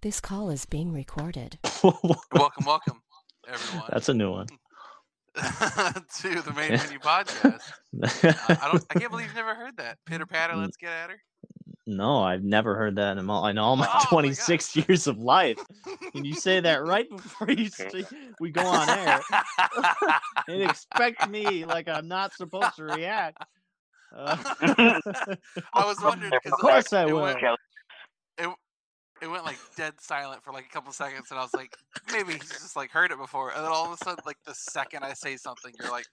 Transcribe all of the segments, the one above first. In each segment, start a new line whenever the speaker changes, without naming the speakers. This call is being recorded.
Welcome, welcome, everyone,
That's a new one.
to the Main Menu Podcast. Uh, I, I don't, I can't believe you've never heard that. Pitter patter,
Mm.
let's get at her.
no, I've never heard that in all in all my
Oh my gosh.
26 years of life. And you say that right before you st- we go on air and expect me like I'm not supposed to react. Uh,
I was wondering because
of course I
it
will.
went, it went like dead silent for like a couple seconds, and I was like, maybe he's just like heard it before. And then all of a sudden, like the second I say something, you're like,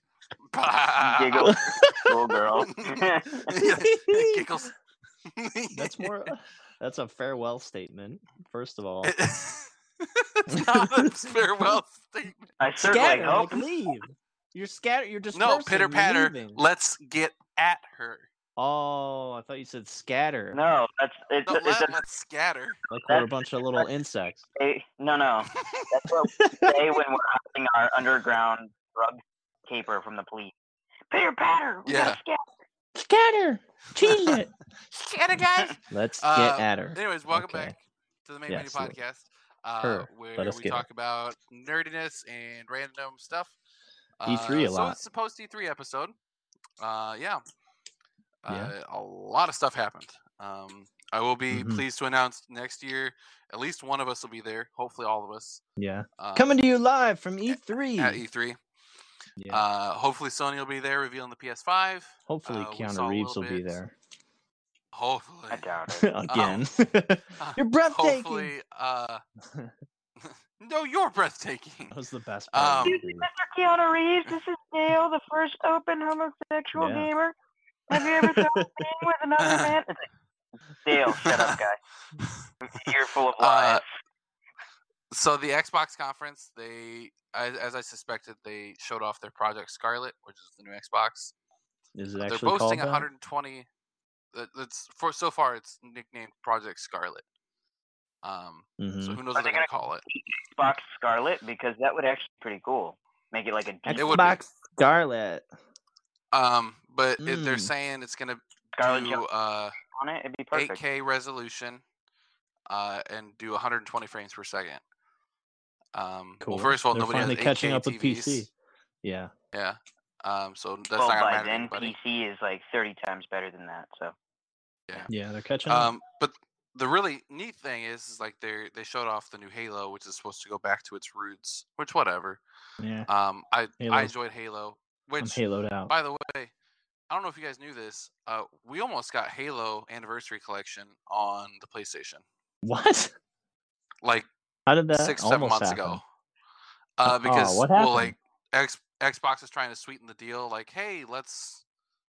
Giggle, little girl.
giggles.
That's more. That's a farewell statement. First of all,
it's not a farewell statement.
I certainly
scatter,
hope.
like, leave. You're scatter. You're just
No, pitter patter. Let's get at her.
Oh, I thought you said scatter.
No, that's it,
No,
it's
let,
a,
let's scatter.
Like we're a
that's-
bunch of little insects.
a- no, no. That's what we say when we're hunting our underground drug caper from the police. Pitter patter. we gotta scatter.
Scatter. Cheese it.
Scatter, guys.
Let's
Uh,
get at her.
Anyways, welcome
Okay.
back to the Main
Yes,
Menu
let-
Podcast, uh,
her.
where
Let us
we
get her.
talk about nerdiness and random stuff. Uh,
E3 E a
So
lot.
it's a post E3 episode. Uh, yeah.
Yeah.
Uh, a lot of stuff happened. Um, I will be
Mhm.
pleased to announce next year, at least one of us will be there. Hopefully, all of us.
Yeah.
Uh,
Coming to you live from E3.
at E3.
E Yeah.
Uh, hopefully, Sony will be there revealing the PS5.
Hopefully,
uh, we saw a
Keanu Reeves
little
will be
bit
there
Hopefully.
I doubt it.
again.
uh,
You're breathtaking.
Hopefully, uh, no, you're breathtaking.
That was the best
Um,
part. of E
Excuse
E3.
Mr. Keanu Reeves, this is Dale, the first open homosexual
Yeah.
gamer. Have you ever thought of being with another man? Dale, shut up, guy. You're full of lies.
So the Xbox conference, they, as, as I suspected, they showed off their Project Scarlet, which is the new Xbox.
Is it
They're
actually called
boasting
that?
120. that- That's for so far, it's nicknamed Project Scarlet. Um, so
Mhm.
who knows what
Are they
they're gonna
gonna-
call it?
Xbox Scarlet because that would actually be pretty cool. Make it like a deep
It would be.
Xbox Scarlet.
Um, but it, they're
Mm.
saying it's gonna
Scarlet
do
Johansson
uh,
on it. It'd be perfect.
8K resolution, uh, and do 120 frames per second. Um,
Cool.
Well, first of all,
They're
nobody
finally
has 8K
catching up with
TVs.
PC. Yeah.
Yeah. Um, so that's not
well,
gonna
by
matter to
then
anybody.
PC is like 30 times better than that. So
Yeah, they're catching up.
Um, but the really neat thing is, is like they they showed off the new Halo, which is supposed to go back to its roots. Which whatever.
Yeah.
Um, I I
Halo's-
enjoyed Halo.
I'm
Which
haloed out.
by the way, I don't know if you guys knew this. Uh, we almost got Halo Anniversary Collection on the PlayStation.
What?
Like
How did that
six seven
almost
months
happen?
ago. Uh,
Oh,
because
what
well,
happened?
like X, Xbox is trying to sweeten the deal. Like, hey, let's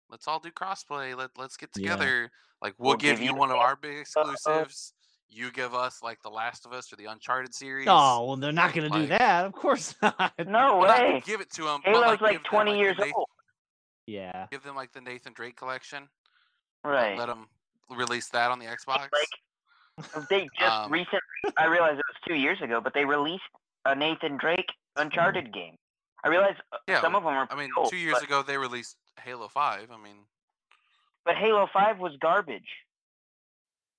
let's all do crossplay. Let let's get
Yeah.
together. Like, we'll, give, you one of our big
Uh-oh.
exclusives. You give us like The Last of Us or the Uncharted series.
Oh, well, they're not going to do
Like-
that. Of course not.
no
Well, not
way.
give it to them.
Halo's
like,
like
give them,
20
like, the
years
Nathan-
old.
Yeah.
Give them like the Nathan Drake collection.
Right.
Let them release that on the Xbox.
They just
um,
recently. I realized it was two years ago, but they released a Nathan Drake Uncharted game. I realize uh,
Yeah,
some of them are.
I mean,
cool,
two years
oh, but,
ago they released Halo Five. I mean,
But Halo 5 was garbage.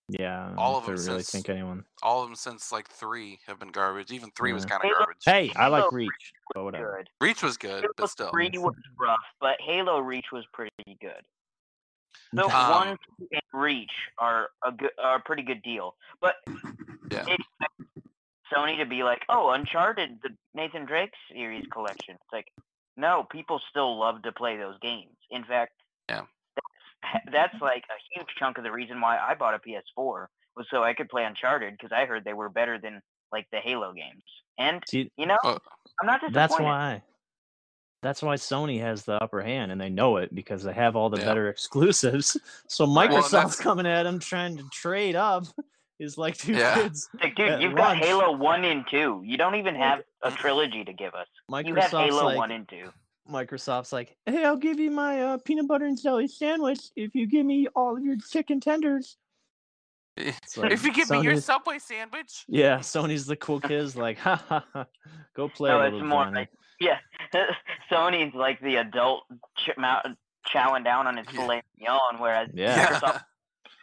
Yeah. I don't
All
know
of
if I
them
really
since-
think anyone.
all of them since like three have been garbage. Even three was
Yeah.
kind of
Halo-
garbage.
Hey, I like
Halo
Reach, but whatever.
Good.
Reach was good,
Halo
but still.
3 was rough, but Halo Reach was pretty good. So
Um,
one two, and Reach are a good, are a pretty good deal, but
Yeah.
it- Sony to be like, oh, Uncharted, the Nathan Drake series collection. It's like, no, people still love to play those games. In fact,
Yeah.
that's, that's like a huge chunk of the reason why I bought a PS4 was so I could play Uncharted because I heard they were better than like the Halo games. And
See,
you know,
Oh,
I'm not disappointed.
that's why. That's why Sony has the upper hand, and they know it because they have all the
Yeah.
better exclusives. So
Well, and
Microsoft's
that's-
coming at them trying to trade up. Is like two
Yeah.
kids.
Like, dude,
at
you've
launch-
got Halo One and Two. You don't even have a trilogy to give us. You have
Microsoft's
Halo
like,
One and Two.
Microsoft's like, hey, I'll give you my uh, peanut butter and jelly sandwich if you give me all of your chicken tenders.
Eh,
It's like,
if you give me your
Sony's-
Subway sandwich,
yeah, Sony's the cool kids. Like, ha ha ha, go play.
No,
a
it's
little
more
Johnny."
like- Sony's like the adult ch- mou- chowing down on his
Yeah.
filet mignon, whereas
Yeah.
Microsoft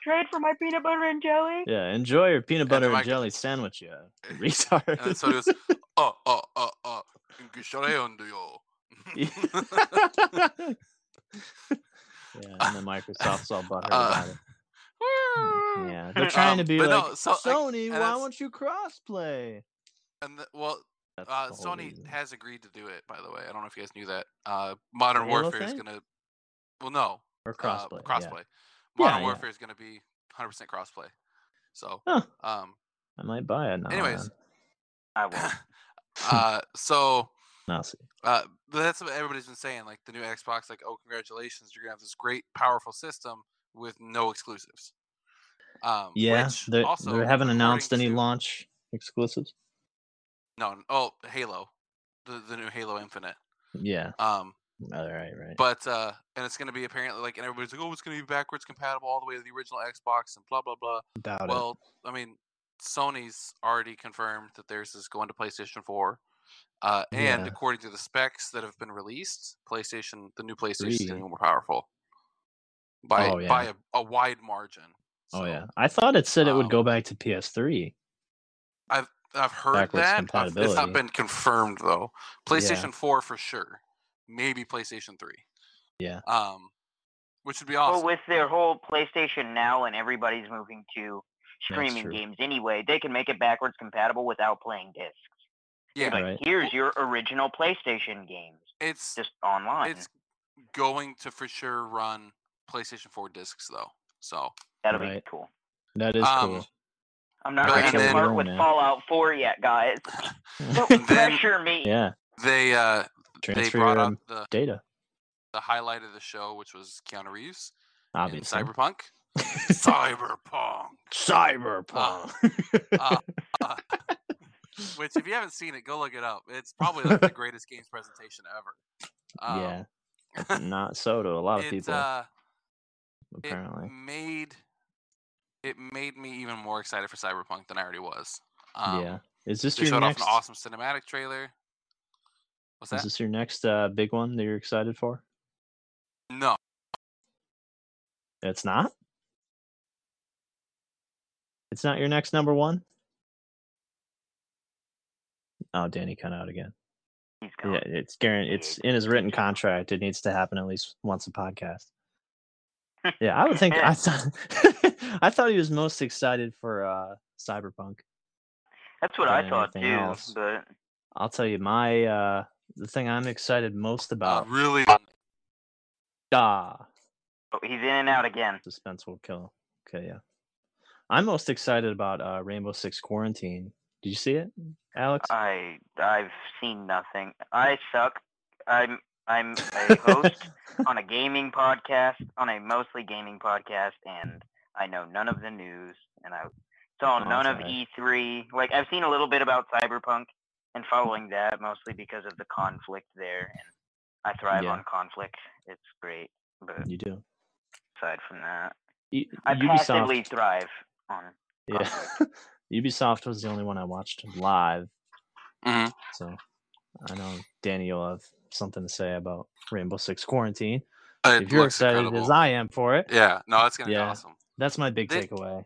trade for my peanut butter and jelly?
Yeah, enjoy your peanut
And
butter
then
and
I-
jelly sandwich, you retard.
And so he goes, oh, oh, oh, oh, 인기셔레온도요.
yeah, and then Microsoft's all butthurt
Uh,
about it.
Mm.
Yeah, they're trying to
Um,
be
but
like
no, so, like,
Sony.
and
why
that's-
won't you crossplay?
And the, well,
That's
uh,
the whole
Sony
reason.
has agreed to do it. By the way, I don't know if you guys knew that. Uh, Modern
The Halo
Warfare is
thing?
gonna. Well, no,
or
uh,
crossplay. yeah.
crossplay.
Yeah,
Modern
yeah.
Warfare is gonna be 100 percent crossplay. So,
Huh.
um,
I might buy it now.
Anyways.
man.
I won't.
uh, so
Now I'll see.
uh, but that's what everybody's been saying. Like the new Xbox, like oh, congratulations, you're gonna have this great, powerful system with no exclusives. Um,
Yeah,
which
they
also
they haven't
according
announced any
to-
launch exclusives.
No, n- oh, Halo, the the new Halo Infinite.
Yeah.
Um,
All right. Right.
But uh, and it's gonna be apparently like, and everybody's like, oh, it's gonna be backwards compatible all the way to the original Xbox and blah blah blah.
Doubt it.
Well, I mean, Sony's already confirmed that theirs is going to PlayStation Four, uh, and
Yeah.
according to the specs that have been released, PlayStation, the new PlayStation is
Three.
gonna be more powerful by
Oh, yeah.
by a, a wide margin.
Oh
So,
yeah. I thought it said it would
um,
go back to PS3.
I've heard
Backwards
that. I've- It's
compatibility.
not been confirmed though. PlayStation Four for sure, maybe PlayStation Three.
Yeah.
Um, which would be awesome.
Well, with their whole PlayStation Now and everybody's moving to
That's
streaming
true.
games anyway, they can make it backwards compatible without playing discs.
yeah.
Like,
Right.
here's your original PlayStation games,
It's
just online.
it's going to for sure run PlayStation 4 discs though. So
That'll
Right.
be cool.
That is
um,
I'm not
But
ready to
then-
part with
Yeah.
Fallout 4 yet, guys.
cool.
Don't
Then-
pressure me.
yeah.
they uh they
Transfer
brought
your
up
um,
the,
data.
the highlight of the show, which was Keanu Reeves
Obviously.
in Cyberpunk. Cyberpunk.
Cyberpunk.
Uh, uh, which if you haven't seen it, go look it up. It's probably like the greatest games presentation ever.
yeah. That's Not so to a lot of
it,
people,
Um, uh,
apparently.
it made it made me even more excited for Cyberpunk than I already was. Um,
yeah. Is this
They
your
showed
next?
off an awesome cinematic trailer. What's
Is
that?
this your next uh, big one that you're excited for?
No, uh,
It's not. It's not your next number one. Oh, Danny cut out again.
He's gone.
Yeah, it's guaranteed. It's in his written contract. It needs to happen at least once a podcast. Yeah, I would think. I thought. I thought he was most excited for uh, Cyberpunk.
That's what
more
I
than
thought too.
anything else.
But
I'll tell you my uh, the thing I'm excited most
uh,
about.
really.
Ah,
oh, he's in
Mm-hmm.
and out again.
suspense will kill. Okay, yeah. I'm most excited about uh, Rainbow Six Quarantine. Did you see it, Alex?
Uh,
I I've seen nothing. I suck. I'm I'm a host on a gaming podcast, on a mostly gaming podcast, and I know none of the news, and I saw
Oh,
none of
sorry.
E3. Like I've seen a little bit about Cyberpunk,
Mm-hmm.
and following that mostly because of the conflict there, and I thrive
Yeah.
on conflict. It's great, but
you do.
aside from that,
U-
I passively
Ubisoft.
thrive on.
Yeah. Ubisoft was the only one I watched live,
Mhm.
so I know Danny will have something to say about Rainbow Six Quarantine.
It
if you're
looks
excited as
incredible.
I am for it,
yeah, no, it's gonna
Yeah.
be awesome.
that's my big
They-
takeaway.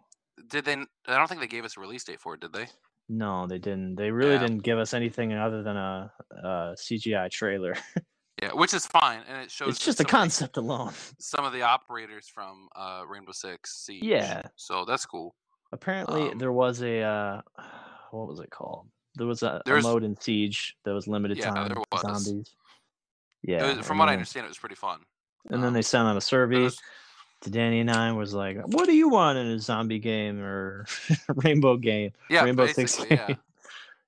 Did they? n- I don't think they gave us a release date for it, did they?
No, they didn't. They really
Yeah.
didn't give us anything other than a, a CGI trailer.
Yeah, which is fine, and it shows.
it's just a
some of the-
concept alone.
Some of the operators from uh, Rainbow Six Siege.
Yeah.
So that's cool.
Apparently,
Um,
there was a uh, what was it called? There was a, a
There's-
mode in Siege that was limited
Yeah,
time
there
for
was.
zombies.
It
Yeah,
was- from
and
what I
then-
understand, it was pretty fun.
and then
um,
they sent out a survey
There's-
to Danny and I. Was like, "What do you want in a zombie game or rainbow game?
yeah,
rainbow Six
basically, yeah.
game?"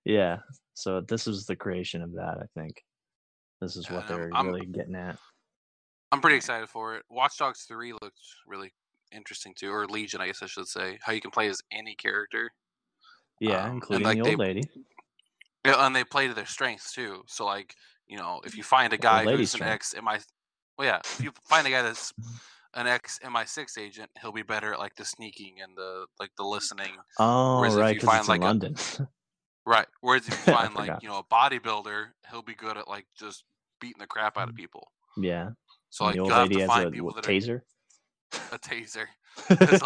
yeah. So this is the creation of that. I think this is
Yeah,
what
and I'm-
they're
I'm- uh,
really getting at.
I'm pretty excited for it. Watch Dogs 3 looked really interesting too, or Legion, I guess I should say. How you can play as any character.
Yeah,
um, and,
including
like,
the
they-
old lady.
Yeah, and they play to their strengths too. So like, you know, if you find a
the
guy
lady's
who's an ex MI, well, yeah, if you find a guy that's an ex MI6 agent, he'll be better at like the sneaking and the like the listening.
Oh,
Whereas if
right,
you
because
find,
it's
like,
in
a-
London.
Right. Whereas if you
I
find like
forgot.
you know a bodybuilder, he'll be good at like just beating the crap out of people.
yeah,
So
Mm. and
like
the
you'll
old
have
lady
to
has
find
a
people
what,
that
taser.
are a taser. It's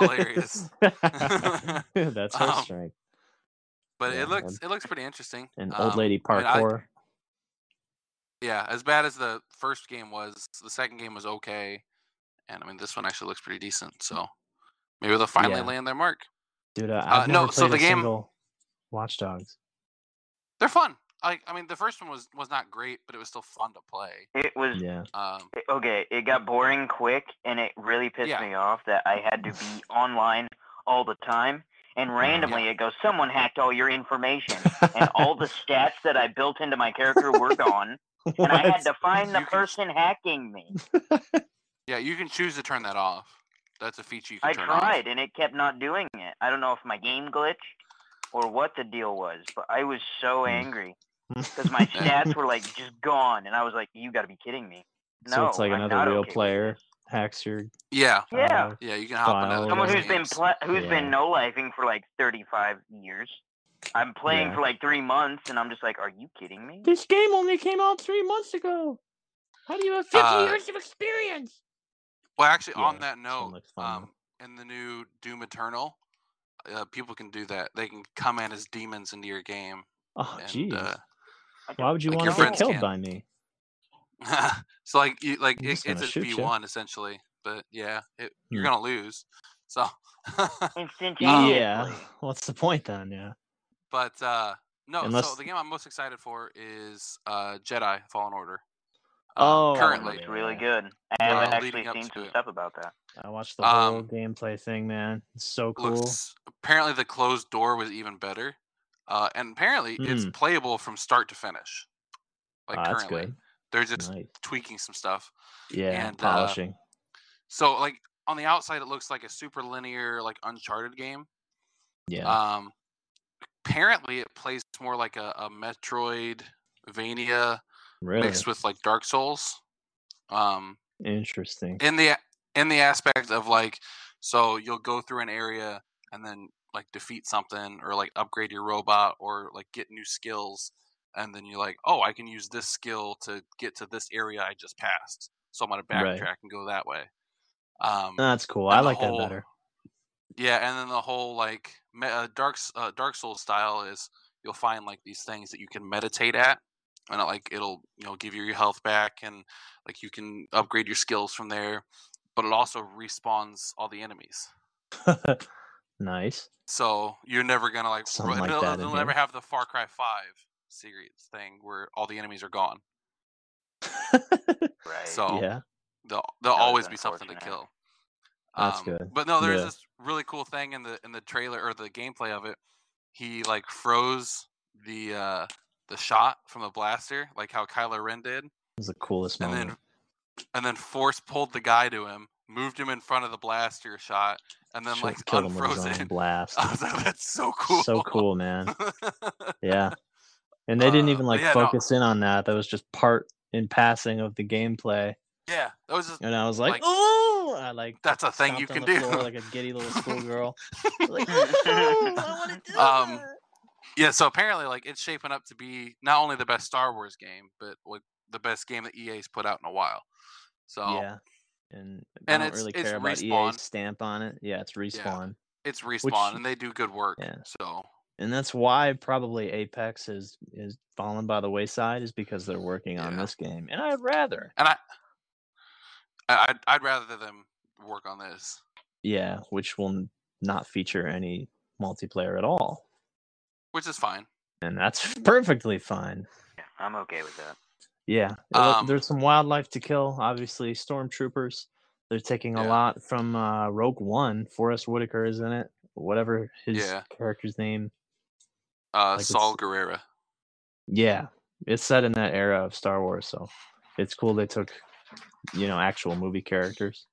hilarious.
That's her
Um,
strength.
But
Yeah,
it looks
and-
it looks pretty interesting.
And
Um,
old lady
I mean, I-
parkour.
yeah, as bad as the first game was, the second game was okay, and I mean this one actually looks pretty decent. So maybe they'll finally
Yeah.
land their mark.
Dude, uh, I've
no,
never
so
played
the
a
game-
single Watch Dogs.
They're fun. Like I mean, the first one was was not great, but it was still fun to play.
It was
Yeah.
Um,
it- okay, it got boring quick, and it really pissed
Yeah.
me off that I had to be online all the time. And
Mm,
randomly, it goes, "Someone hacked all your information, and all the stats that I built into my character were gone, and I had to find the
You can-
person hacking me."
yeah, you can choose to turn that off. That's a feature you can
I
turn off.
tried, and it kept not doing it. I don't know if my game glitched or what the deal was, but I was so
Hmm.
angry because my stats were like just gone, and I was like, "You got to be kidding me!" No,
so it's like
I'm
another
not
real
okay with
player
this.
hacks your.
Yeah,
Yeah.
uh,
yeah, you can hop on
File
another.
or
Someone
those
who's been pla who's
Yeah.
been no lifing for like 35 years. I'm playing
Yeah.
for like three months, and I'm just like, are you kidding me?
This game only came out three months ago. How do you have
50 Uh, years
of experience?
Well, actually, on
Yeah,
that
this one
note,
looks fun,
um, in the new Doom Eternal, uh, people can do that. They can come in as demons into your game.
Oh,
And,
jeez.
uh,
Why would you
like
want
your
to get
friends
killed
can.
by me?
so like you like
I'm
it,
just gonna
it's a
shoot
v
ya.
one essentially, but yeah, it, you're
Hmm.
gonna lose. So,
Instantaneously.
Yeah. What's the point then? Yeah.
but uh, no. So
Unless-
the game I'm most excited for is uh, Jedi Fallen Order.
Oh,
Um,
That one
currently,
looks really
Yeah.
good. I
Well,
haven't
leading
actually
up
seen
to
some
it.
stuff about that.
I watched the whole
Um,
gameplay thing, man. It's so cool.
looks apparently the closed door was even better, uh, and apparently it's
Hmm.
playable from start to finish. Like
Ah, that's
currently,
good.
they're just
Nice.
tweaking some stuff.
Yeah.
and, uh,
polishing.
So like on the outside, it looks like a super linear like Uncharted game.
yeah.
Um, apparently, it plays more like a, a Metroidvania
really.
mixed with like Dark Souls. Um,
Interesting.
in the in the aspect of like, so you'll go through an area and then like defeat something or like upgrade your robot or like get new skills, and then you're like, oh, I can use this skill to get to this area I just passed, so I'm gonna
Right.
backtrack and go that way. Um,
That's cool.
and
I
the
like
whole-
that better.
Yeah, and then the whole like me- uh, dark S- uh, Dark Souls style is you'll find like these things that you can meditate at, and it, like it'll you know give you your health back, and like you can upgrade your skills from there. But it also respawns all the enemies,
nice.
so you're never gonna like.
Something
run-
like
it'll,
that in
it'll never
here.
have the Far Cry Five series thing where all the enemies are gone.
Right.
So
yeah.
there'll, there'll
That is
always be something to
unfortunate.
kill. Um,
That's good.
But no, there's
Yeah.
this really cool thing in the in the trailer or the gameplay of it. He like froze the uh the shot from the blaster, like how Kylo Ren did,
It's the coolest
and
moment.
then
Oh.
and then force pulled the guy to him, moved him in front of the blaster shot, and then
Should've
like
killed him with his
unfroze
own
it.
blast.
I was like, that's so cool.
So cool, man. Yeah. And they
Uh,
didn't even
but
like
yeah, no.
focus in on that. That was just part in passing of the gameplay.
yeah, that was just
And I was like,
Like-
oh, I like
that's a thing you
stomped
can
on the
do.
floor like a giddy little schoolgirl. I was like,
Mhm.
"Ooh, I want to do
Um,
that."
Yeah, so apparently, like, it's shaping up to be not only the best Star Wars game, but like the best game that EA's put out in a while. So
Yeah. And,
And
I don't
it's-
really
it's
care about
Respawn.
EA's stamp on it. Yeah, it's respawn.
it's respawn,
you-
and they do good work.
yeah.
So
and that's why probably Apex is is fallen by the wayside is because they're working on
Yeah.
this game, and I'd rather.
I, I'd, I'd rather them work on this.
Yeah, which will n- not feature any multiplayer at all,
Which is fine.
and that's perfectly fine.
Yeah, I'm okay with that.
Yeah, it look-
Um,
there's some wildlife to kill. Obviously, stormtroopers. They're taking a
Yeah.
lot from uh, Rogue One. Forrest Whitaker is in it. Whatever his
Yeah.
character's name.
Uh,
Like it's-
Saul Guerrera.
Yeah, it's set in that era of Star Wars, so it's cool they took, you know, actual movie characters.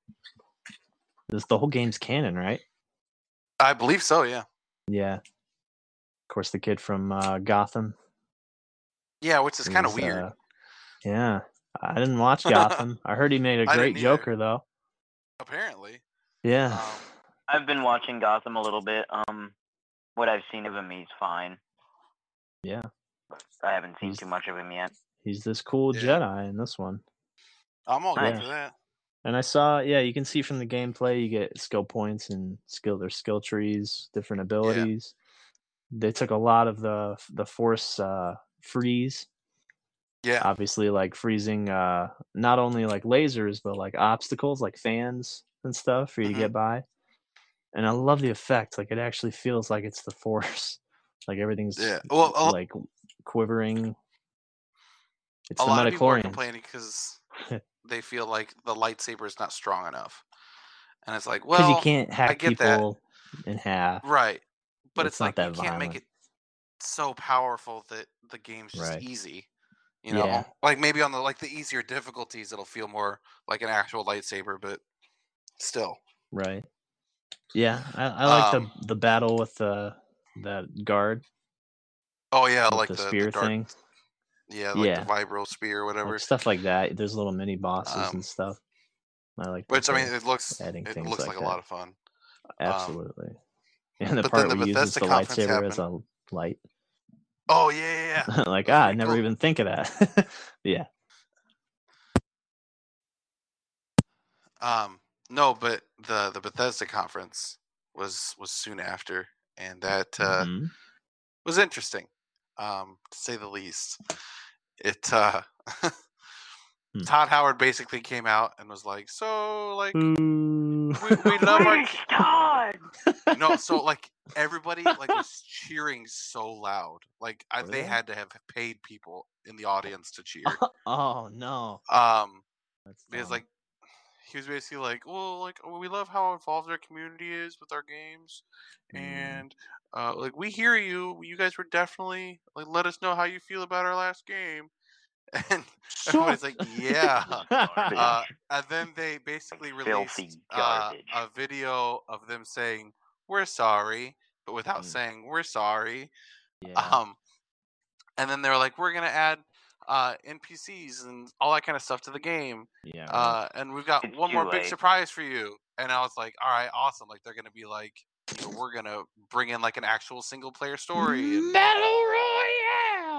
This the whole game's canon, right?
I believe so. Yeah.
Yeah. Of course, the kid from uh, Gotham.
Yeah, which is kind of
is,
weird.
uh, yeah, I didn't watch Gotham. I heard he made a
I
great
didn't either.
Joker, though.
apparently.
Yeah.
Um,
I've been watching Gotham a little bit. Um, what I've seen of him, he's fine.
Yeah.
But I haven't seen
He's-
too much of him yet.
He's this cool
yeah.
Jedi in this one.
I'm all good
Nice.
for that.
And I saw, yeah, you can see from the gameplay, you get skill points and skill their skill trees, different abilities. They took a lot of the the force uh, freeze,
Yeah.
obviously, like freezing uh, not only like lasers but like obstacles, like fans and stuff for you
Mhm.
to get by. And I love the effect; like it actually feels like it's the force, like everything's
Yeah. Well, a-
like quivering. It's
a
the
lot of people are
metachlorians.
complaining because they feel like the lightsaber is not strong enough, and it's like, well,
you can't hack
get that.
people in half.
right? But
It's
it's,
not
like
that
you can't make
violent.
it so powerful that the game's just
Right.
easy. You
Yeah.
know, like maybe on the like the easier difficulties, it'll feel more like an actual lightsaber, but still,
Right. Yeah, I, I like
Um,
the the battle with the that guard
oh yeah,
with
like
the
the, the
spear
dark,
thing,
yeah, like
Yeah.
the vibro spear, or whatever.
like stuff like that. There's little mini bosses
Um,
and stuff. I like.
Which
that
I mean,
they're-
it looks
adding
it
things
looks
like
like, a
that.
lot of fun.
absolutely. and the
but then
part
the
where he uses
Bethesda
the
conference
lightsaber as a light,
Oh yeah, yeah, yeah.
like
That's
ah, I
pretty
never
cool.
even think of that. yeah,
Um, no, but the the Bethesda conference was was soon after, and that uh,
Mhm.
was interesting, um, to say the least. It uh, Todd Howard basically came out and was like, "So like,
Hmm. Boo.
we, we love our
Please, Todd!
no." So like everybody like was cheering so loud, like I,
Were
they
they?
had to have paid people in the audience to cheer.
oh no,
Um,
That's
because
dumb.
like he was basically like, well, like oh, we love how involved our community is with our games,
Mm.
and uh, like we hear you. You guys were definitely like let us know how you feel about our last game, and everybody's like, yeah. Uh, and then they basically released
Filthy
uh,
garbage.
a video of them saying we're sorry, but without
Mm.
saying we're sorry.
yeah.
Um, and then they were like, we're gonna add uh, NPCs and all that kind of stuff to the game
yeah, right.
uh, and we've got
Uh-huh. It's
one
too
more big
late.
surprise for you. And I was like, all right, awesome. Like they're gonna be like, you know, we're gonna bring in like an actual single player story.
Royale!
And,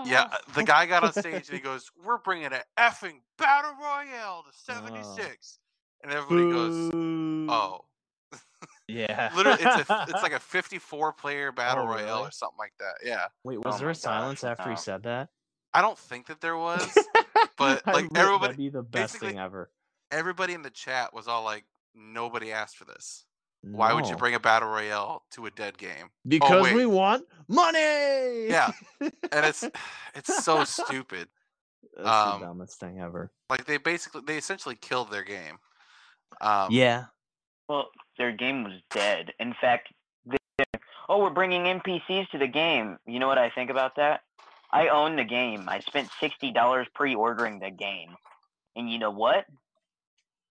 yeah, the guy got on stage and he goes, "We're bringing an effing battle royale to '76," and everybody
Oh.
goes,
Boo.
"Oh."
yeah.
Literally, it's a, it's like a 54 player battle
Oh,
royale
really?
or something like that. Yeah,
Wait,
Oh
was there
my
a
gosh,
silence after he
no.
said that?
I don't think that there was, but
I
like
lit-
everybody,
that'd be the best
basically-
thing ever.
everybody in the chat was all like, "Nobody asked for this." Why would you
No.
bring a battle royale to a dead game?
Because
wait.
we want money.
Yeah, And it's it's so stupid.
That's
um,
the dumbest thing ever.
Like they basically they essentially killed their game. Um,
yeah.
Well, their game was dead. In fact, they- oh, we're bringing NPCs to the game. You know what I think about that? I own the game. I spent sixty dollars pre-ordering the game, and you know what?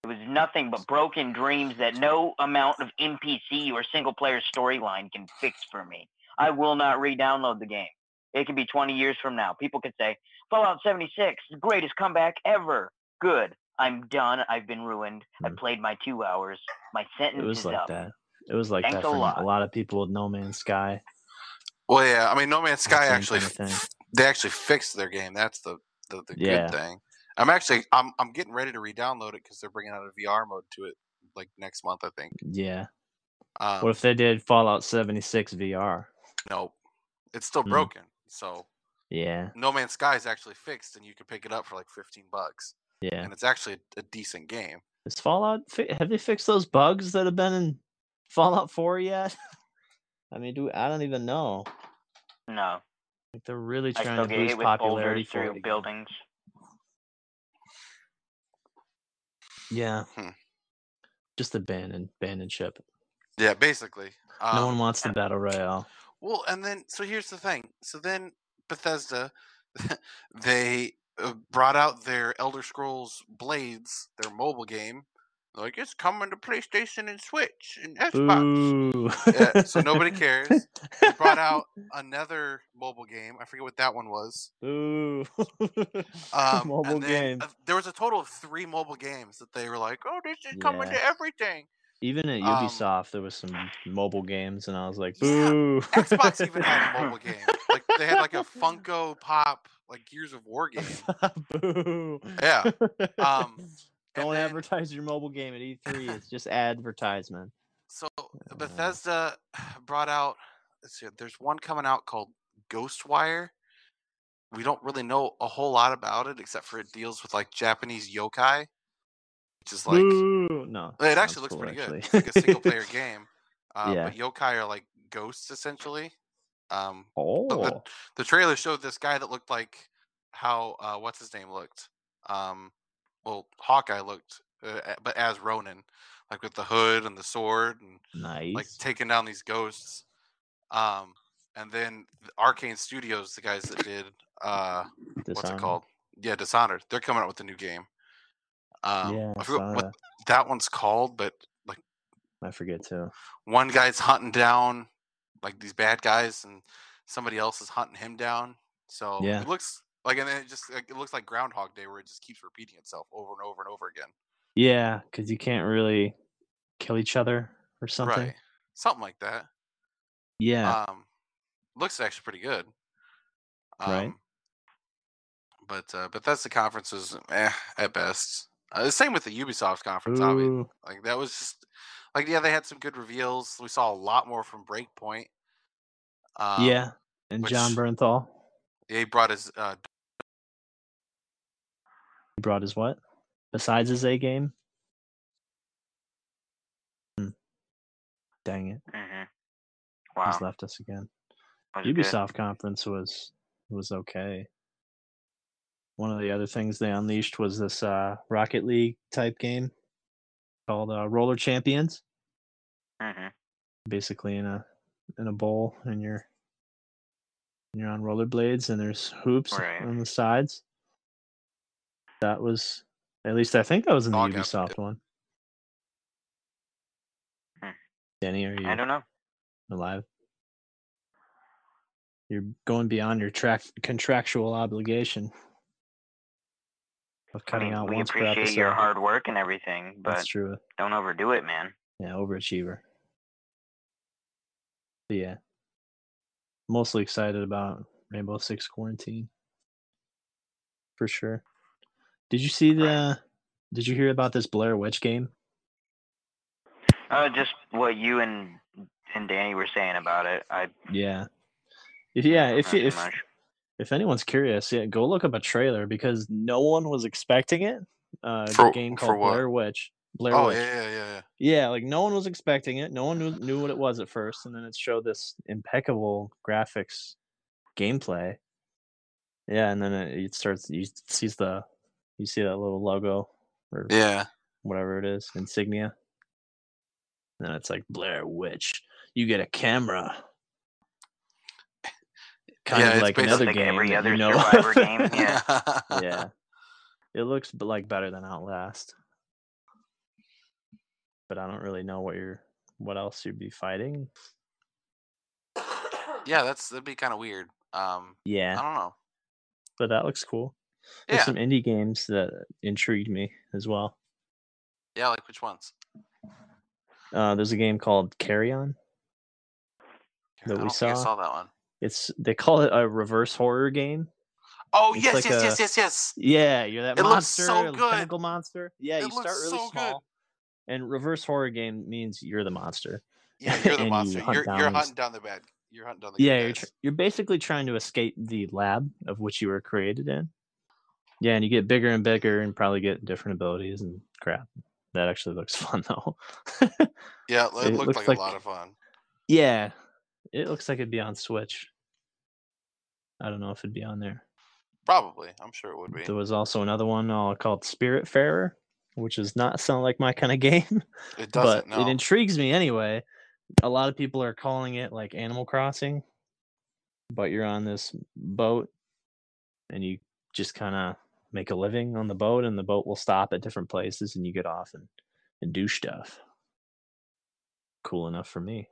It was nothing but broken dreams that no amount of NPC or single-player storyline can fix for me. I will not re-download the game. It can be twenty years from now. People could say Fallout seventy six, the greatest comeback ever. Good. I'm done. I've been ruined. I
Mhm.
played my two hours. My
It
sentence
was
is
like
up.
that. It was like
Thanks
that
a
for
lot.
a lot of people with No Man's Sky.
Well, yeah. I mean, No Man's Sky
same
actually
kinda thing.
f- they actually fixed their game. That's the the, the
Yeah.
good thing. I'm actually I'm I'm getting ready to re-download it because they're bringing out a VR mode to it like next month, I think.
Yeah.
Um,
What if they did Fallout 76 VR?
no, it's still
Hmm.
broken. So
Yeah.
No Man's Sky is actually fixed, and you can pick it up for like 15 bucks,
Yeah.
and it's actually a, a decent game.
Is Fallout fi- have they fixed those bugs that have been in Fallout 4 yet? I mean, do I don't even know.
No,
Like they're really
I
trying
still
to
get hit
boost
with boulders
popularity for it
through
again.
buildings.
Yeah.
Hmm.
Just abandon abandon ship.
Yeah, basically. Um,
no one wants the battle royale.
Well, and then so here's the thing. So then Bethesda, they uh, brought out their Elder Scrolls Blades, their mobile game. They're like it's coming to PlayStation and Switch and Xbox.
Boo.
Yeah, so nobody cares. They brought out another mobile game. I forget what that one was.
Boo.
Um,
Mobile
and then,
game.
uh, there was a total of three mobile games that they were like, "Oh, this is coming
Yeah.
to everything."
Even at
um,
Ubisoft, there was some mobile games, and I was like,
Yeah,
"Boo!"
Xbox even had a mobile game. Like they had like a Funko Pop, like Gears of War game.
Boo.
Yeah. Um, And
Don't
then-
advertise your mobile game at E3. It's just advertisement.
So
Uh,
Bethesda brought out. Let's see, there's one coming out called Ghostwire. We don't really know a whole lot about it except for it deals with like Japanese yokai, which is like
Boo. no,
it
sounds
actually looks
cool,
pretty
actually.
good. It's like a single player game. Uh,
Yeah.
But yokai are like ghosts essentially. Um,
oh,
the trailer showed this guy that looked like how uh, what's his name looked. Um, well, Hawkeye looked, uh, a- but as Ronin, like with the hood and the sword and
nice.
like taking down these ghosts. Um, and then th- Arcane Studios, the guys that did uh, what's it
Dishonored.
called? Yeah, Dishonored. They're coming out with a new game. Um,
yeah,
I
I,
forgot
saw
what
that.
that one's called, but
I forget too.
one guy's hunting down like these bad guys, and somebody else is hunting him down. So
Yeah.
it looks like, and then it just like, it looks like Groundhog Day, where it just keeps repeating itself over and over and over again.
Yeah, because you can't really kill each other or something.
Right, something like that.
Yeah,
Um, looks actually pretty good. Um,
Right.
But uh, Bethesda conference was eh, at best. Uh, the same with the Ubisoft conference. Obviously,
Ooh,
like that was just like yeah, they had some good reveals. We saw a lot more from Breakpoint. Um,
yeah, and
which-
John Bernthal
he brought his uh,
he brought his what? Besides his A game. Hmm. Dang it!
hmm
He's
Wow.
left us again.
was good.
Ubisoft conference was was okay. One of the other things they unleashed was this uh, Rocket League type game called uh, Roller Champions.
Mhm.
basically in a in a bowl and you're you're on rollerblades and there's hoops
Right.
on the sides. That was at least I think that was in the
Dog app,
Ubisoft one.
Hmm.
Danny, are
I
you
don't know.
alive? You're going beyond your track contractual obligation of
I
cutting
mean,
out
Hmm, we
once per episode.
appreciate your hard work and everything, but
That's true. uh,
don't overdo it, man.
Yeah, overachiever. But yeah. Mostly excited about Rainbow Six Quarantine. For sure. Did you see the uh, did you hear about this Blair Witch game?
Uh, just what you and and Danny were saying about it. I
Yeah. If, yeah, if
not too
if
much.
if anyone's curious, yeah, go look up a trailer because no one was expecting it. Uh
For-
game
for
called
what?
Blair Witch. Blair
Oh
Witch.
yeah, yeah, yeah, yeah.
Yeah, like no one was expecting it. No one knew, knew what it was at first, and then it showed this impeccable graphics gameplay. Yeah, and then it, it starts. You sees the, you see that little logo or
Yeah.
whatever it is, insignia. And then it's like Blair Witch. You get a camera. Kind
Yeah,
of
it's
like
basically
another
like
game.
every
that
other
you know.
Survivor game, yeah.
yeah, it looks b- like better than Outlast, but I don't really know what you're, what else you'd be fighting.
Yeah, that's that'd be kind of weird. Um,
Yeah,
Oh.
I don't know.
but that looks cool. There's
Yeah,
some indie games that intrigued me as well.
yeah, like which ones?
Uh, there's a game called Carry On.
I
That we
don't think I
saw?
saw that one.
It's they call it a reverse horror game.
Oh
It's
yes,
like
yes, yes,
a-
yes, yes.
Yeah, you're that
It looks
monster,
so
little
good.
chemical monster. Yeah,
It
you start
looks
really
so good.
small. And reverse horror game means you're the monster.
Yeah, you're the
And you
monster.
hunt
You're
down
you're
these-
hunting down the bad. You're hunting down the
yeah,
Good
you're,
guys.
tr- you're basically trying to escape the lab of which you were created in. Yeah, and you get bigger and bigger and probably get different abilities and crap. That actually looks fun though.
yeah,
it
it, looked
looks
like,
like-
a lot of fun.
Yeah, it looks like it'd be on Switch. I don't know if it'd be on there.
Probably, I'm sure it would be.
There was also another one uh, called Spiritfarer, which does not sound like my kind of game,
It
but
doesn't. No.
it intrigues me anyway. A lot of people are calling it like Animal Crossing, but you're on this boat and you just kind of make a living on the boat, and the boat will stop at different places, and you get off and, and do stuff. Cool enough for me.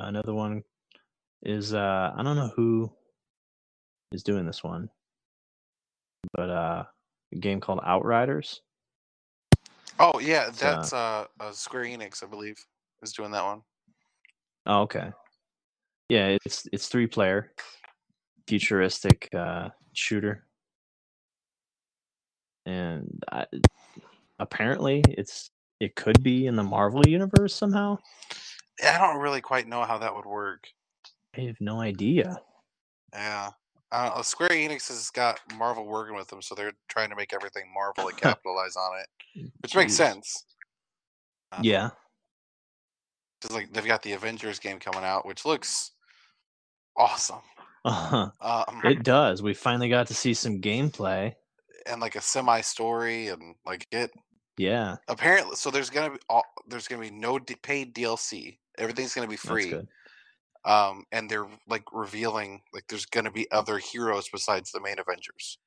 Another one is uh I don't know who is doing this one, but uh a game called Outriders.
oh yeah,
So-
that's uh, uh Square Enix, I believe, is doing that one.
Oh, okay. Yeah, it's it's three player, futuristic uh shooter. and I, apparently it's it could be in the Marvel universe somehow.
I don't really quite know how that would work.
I have no idea.
Yeah. Uh, Square Enix has got Marvel working with them, so they're trying to make everything Marvel and capitalize on it, which makes
Jeez.
sense. Uh,
Yeah,
Because like they've got the Avengers game coming out, which looks awesome.
uh-huh.
Um,
it does. We finally got to see some gameplay.
and like a semi story, and like it
Yeah,
apparently. So there's gonna be all, there's gonna be no d- paid DLC. Everything's gonna be
that's
free.
good.
Um, and they're like revealing like there's gonna be other heroes besides the main Avengers.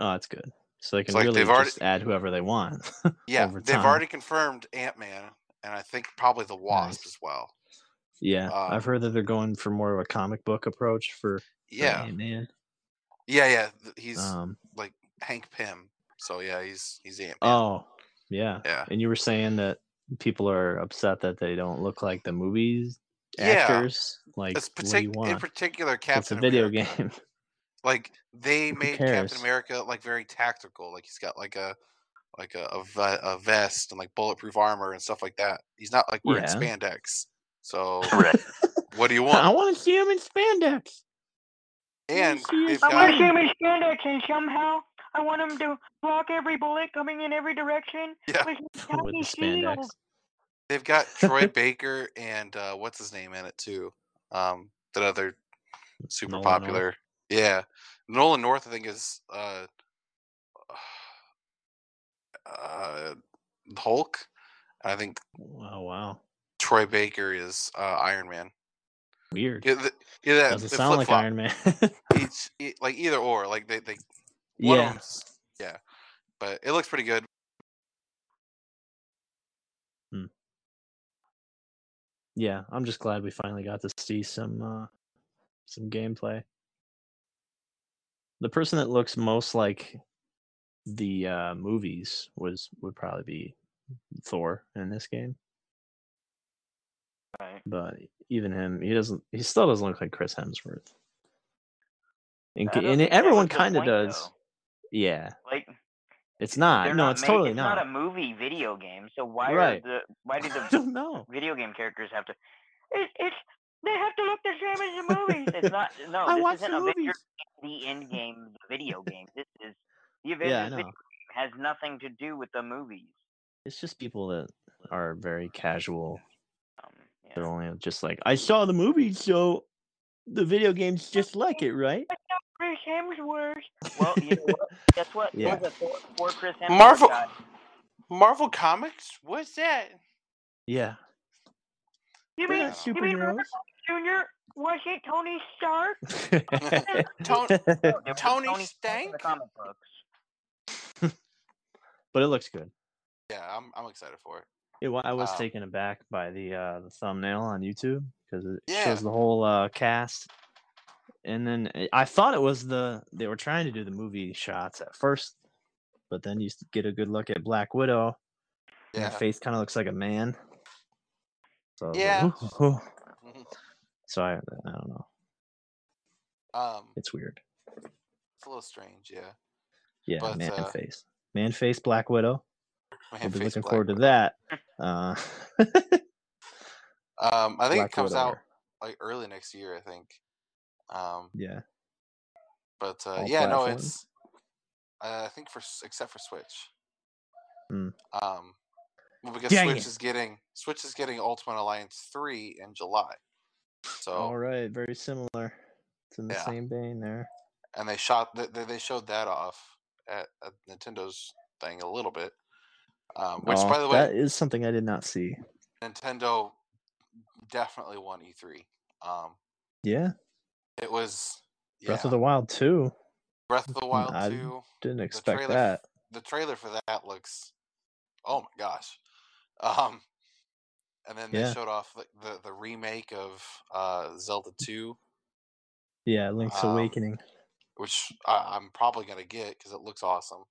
Oh, that's good. So they can
like
really
they've already-
just add whoever they want.
Yeah,
Over
they've
time.
already confirmed Ant Man, and I think probably the Wasp
Nice.
as well.
yeah, I've
Um,
heard that they're going for more of a comic book approach for, for
Yeah,
Ant-Man.
yeah, yeah. th- He's
Um,
like Hank Pym, so yeah, he's he's Ant Man.
oh, yeah.
yeah,
And you were saying that people are upset that they don't look like the movies
Yeah.
actors. Like,
It's
what do you
partic- in
want?
particular Captain
It's a video
America.
game.
Like they
Who
made
cares?
Captain America like very tactical. Like he's got like a like a a, ve- a vest and like bulletproof armor and stuff like that. He's not like wearing
Yeah.
spandex. So
Right.
what do you
I
want?
want to see him in spandex.
And
see
they've
I
I
wanna
got
want to see him in spandex, and somehow I want him to block every bullet coming in every direction
Yeah.
with his
With
tiny
the spandex.
shield.
they've got Troy Baker and uh, what's his name in it too. Um, that other super
Nolan North.
popular. Yeah, Nolan North I think is uh, uh, Hulk. I think
Oh, wow.
Troy Baker is uh, Iron Man.
Weird.
Yeah, the, yeah, that-
Doesn't
they
sound like
flip-flop.
Iron Man.
Each, e- like either or, like they, they one of
yeah.
'em's- yeah. But it looks pretty good.
Yeah. I'm just glad we finally got to see some uh some gameplay. The person that looks most like the uh movies was would probably be Thor in this game.
Right.
but even him, he doesn't. He still doesn't look like Chris Hemsworth. And,
I
ca-
don't
and
think that
everyone
was the
kind of
point,
does.
though.
Yeah,
Like
it's not.
they're
No, it's
ma-
totally
it's
not.
not a movie video game, so why
Right.
are the why do
I
the
don't know.
video game characters have to? It, it's they have to look the same as the movies. It's not. No,
I
this
watched
isn't
the
Avengers
movies.
the end game, the video game. This is the
Yeah, I
Avengers
know.
video game has nothing to do with the movies.
It's just people that are very casual.
Um, yeah.
They're only just like, I saw the movie, so the video game's just like it, right?
Chris Hemsworth. Well, you know what? Guess what?
Yeah.
There's a Thor, Thor Chris Hemsworth
Marvel-
shot.
Marvel Comics? What's that?
Yeah,
You
we're
mean
not
you
superheroes.
Junior wasn't Tony Stark? It
Tony
was Stark in The
Stank?
comic books.
but it looks good.
Yeah, I'm I'm excited for it.
It, wa- I was
Um,
taken aback by the uh, the thumbnail on YouTube because it
Yeah.
shows the whole uh, cast, and then I- I thought it was the they were trying to do the movie shots at first, but then you s- get a good look at Black Widow. and
Yeah.
her face kind of looks like a man. So I was like,
Yeah. Mm-hmm.
"Ooh, ooh, ooh." So I, I don't know.
um,
It's weird.
it's a little strange. Yeah.
Yeah,
But,
man
uh,
face, man face, Black Widow.
Man,
We'll be
face
looking
black.
forward to that. Uh,
Um, I think
Black
it comes
Widower.
out like early next year. I think. Um,
Yeah,
but uh,
All
yeah, no,
platforms?
it's. Uh, I think for s- except for Switch.
Mm.
Um, well, because
Dang
Switch
it.
is getting Switch is getting Ultimate Alliance three in July. So
all right, very similar. It's in the
Yeah.
same vein there.
and they shot th- th- they showed that off at, at Nintendo's thing a little bit. Um, which,
Oh,
by the way,
that is something I did not see.
Nintendo definitely won E3. Um,
Yeah,
it was yeah,
Breath of the Wild too.
Breath of the Wild
I-
2.
Didn't expect
trailer
that.
The trailer for that looks oh my gosh. Um, and then they
Yeah.
showed off the, the, the remake of uh, Zelda 2,
Yeah, Link's
um,
Awakening.
which I, I'm probably going to get because it looks awesome.